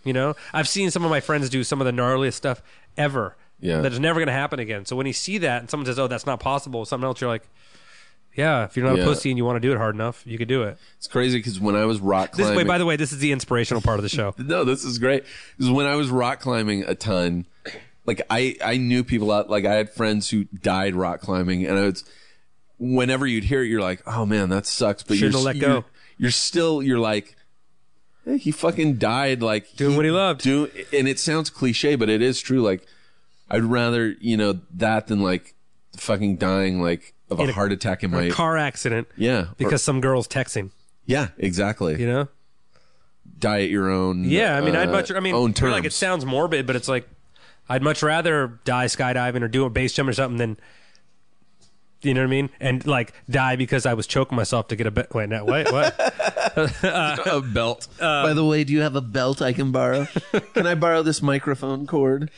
[SPEAKER 2] You know, I've seen some of my friends do some of the gnarliest stuff ever.
[SPEAKER 1] Yeah.
[SPEAKER 2] that is never going to happen again. So when you see that and someone says, "Oh, that's not possible," something else, you're like, "Yeah, if you're not
[SPEAKER 1] Yeah.
[SPEAKER 2] a pussy and you want to do it hard enough, you could do it."
[SPEAKER 1] It's crazy because when I was rock
[SPEAKER 2] This
[SPEAKER 1] climbing.
[SPEAKER 2] way, by the way, this is the inspirational part of the show.
[SPEAKER 1] no, this is great. Because when I was rock climbing a ton, like I, I knew people out, like I had friends who died rock climbing and I was, whenever you'd hear it, you're like, oh man, that sucks. But
[SPEAKER 2] Shouldn't
[SPEAKER 1] you're,
[SPEAKER 2] have let
[SPEAKER 1] you're-
[SPEAKER 2] go.
[SPEAKER 1] You're still, you're like, eh, he fucking died like
[SPEAKER 2] Doing what he loved.
[SPEAKER 1] Do, and it sounds cliche, but it is true. Like I'd rather, you know, that than like fucking dying like of a,
[SPEAKER 2] In a-
[SPEAKER 1] heart attack in
[SPEAKER 2] Or
[SPEAKER 1] my,
[SPEAKER 2] a car accident,
[SPEAKER 1] yeah, or-
[SPEAKER 2] because some girls texting.
[SPEAKER 1] yeah, exactly.
[SPEAKER 2] You know,
[SPEAKER 1] die at your own.
[SPEAKER 2] Yeah, I mean, I'd
[SPEAKER 1] uh,
[SPEAKER 2] much. I mean,
[SPEAKER 1] own terms.
[SPEAKER 2] like it sounds morbid, but it's like I'd much rather die skydiving or do a base jump or something than. You know what I mean? And like die because I was choking myself to get a bit. Wait, no, wait,
[SPEAKER 1] (laughs)
[SPEAKER 2] what?
[SPEAKER 1] a belt.
[SPEAKER 2] Uh,
[SPEAKER 4] By the way, do you have a belt I can borrow?
[SPEAKER 2] (laughs)
[SPEAKER 4] can I borrow this microphone cord?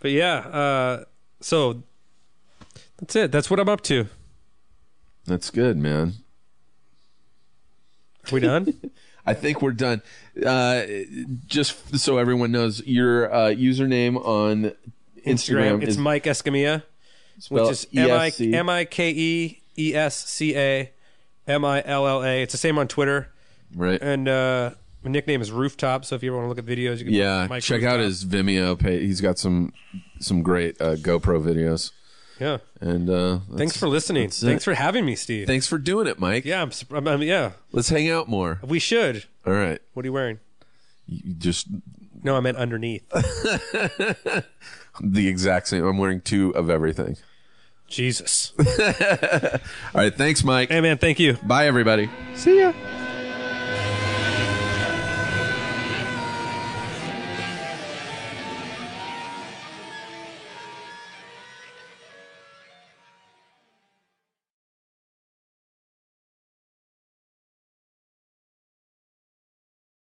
[SPEAKER 2] but yeah, uh, so that's it. That's what I'm up to.
[SPEAKER 1] That's good, man. (laughs)
[SPEAKER 2] We done?
[SPEAKER 1] I think we're done. Uh, just so everyone knows, your uh, username on Instagram,
[SPEAKER 2] It's
[SPEAKER 1] is
[SPEAKER 2] Mike Escamilla,
[SPEAKER 1] spelled
[SPEAKER 2] which is M I
[SPEAKER 1] ESC.
[SPEAKER 2] M I K E E S C A M I L L A. It's the same on Twitter,
[SPEAKER 1] right.
[SPEAKER 2] and uh, my nickname is Rooftop. So if you ever want to look at videos, you can
[SPEAKER 1] yeah,
[SPEAKER 2] Mike
[SPEAKER 1] check out
[SPEAKER 2] Rooftop.
[SPEAKER 1] his Vimeo page. He's got some some great uh, GoPro videos.
[SPEAKER 2] yeah.
[SPEAKER 1] And uh, that's-
[SPEAKER 2] Thanks for listening.
[SPEAKER 1] it.
[SPEAKER 2] Thanks for having me, Steve.
[SPEAKER 1] thanks for doing it, Mike.
[SPEAKER 2] yeah, I'm, sup- I'm, I'm- yeah.
[SPEAKER 1] let's hang out more.
[SPEAKER 2] We should.
[SPEAKER 1] All right,
[SPEAKER 2] What are you wearing?
[SPEAKER 1] You- just
[SPEAKER 2] No, I
[SPEAKER 1] (laughs)
[SPEAKER 2] meant underneath.
[SPEAKER 1] the exact same. I'm wearing two of everything.
[SPEAKER 2] Jesus.
[SPEAKER 1] All right, thanks, Mike.
[SPEAKER 2] Hey, man. Thank you.
[SPEAKER 1] Bye, everybody.
[SPEAKER 2] See ya.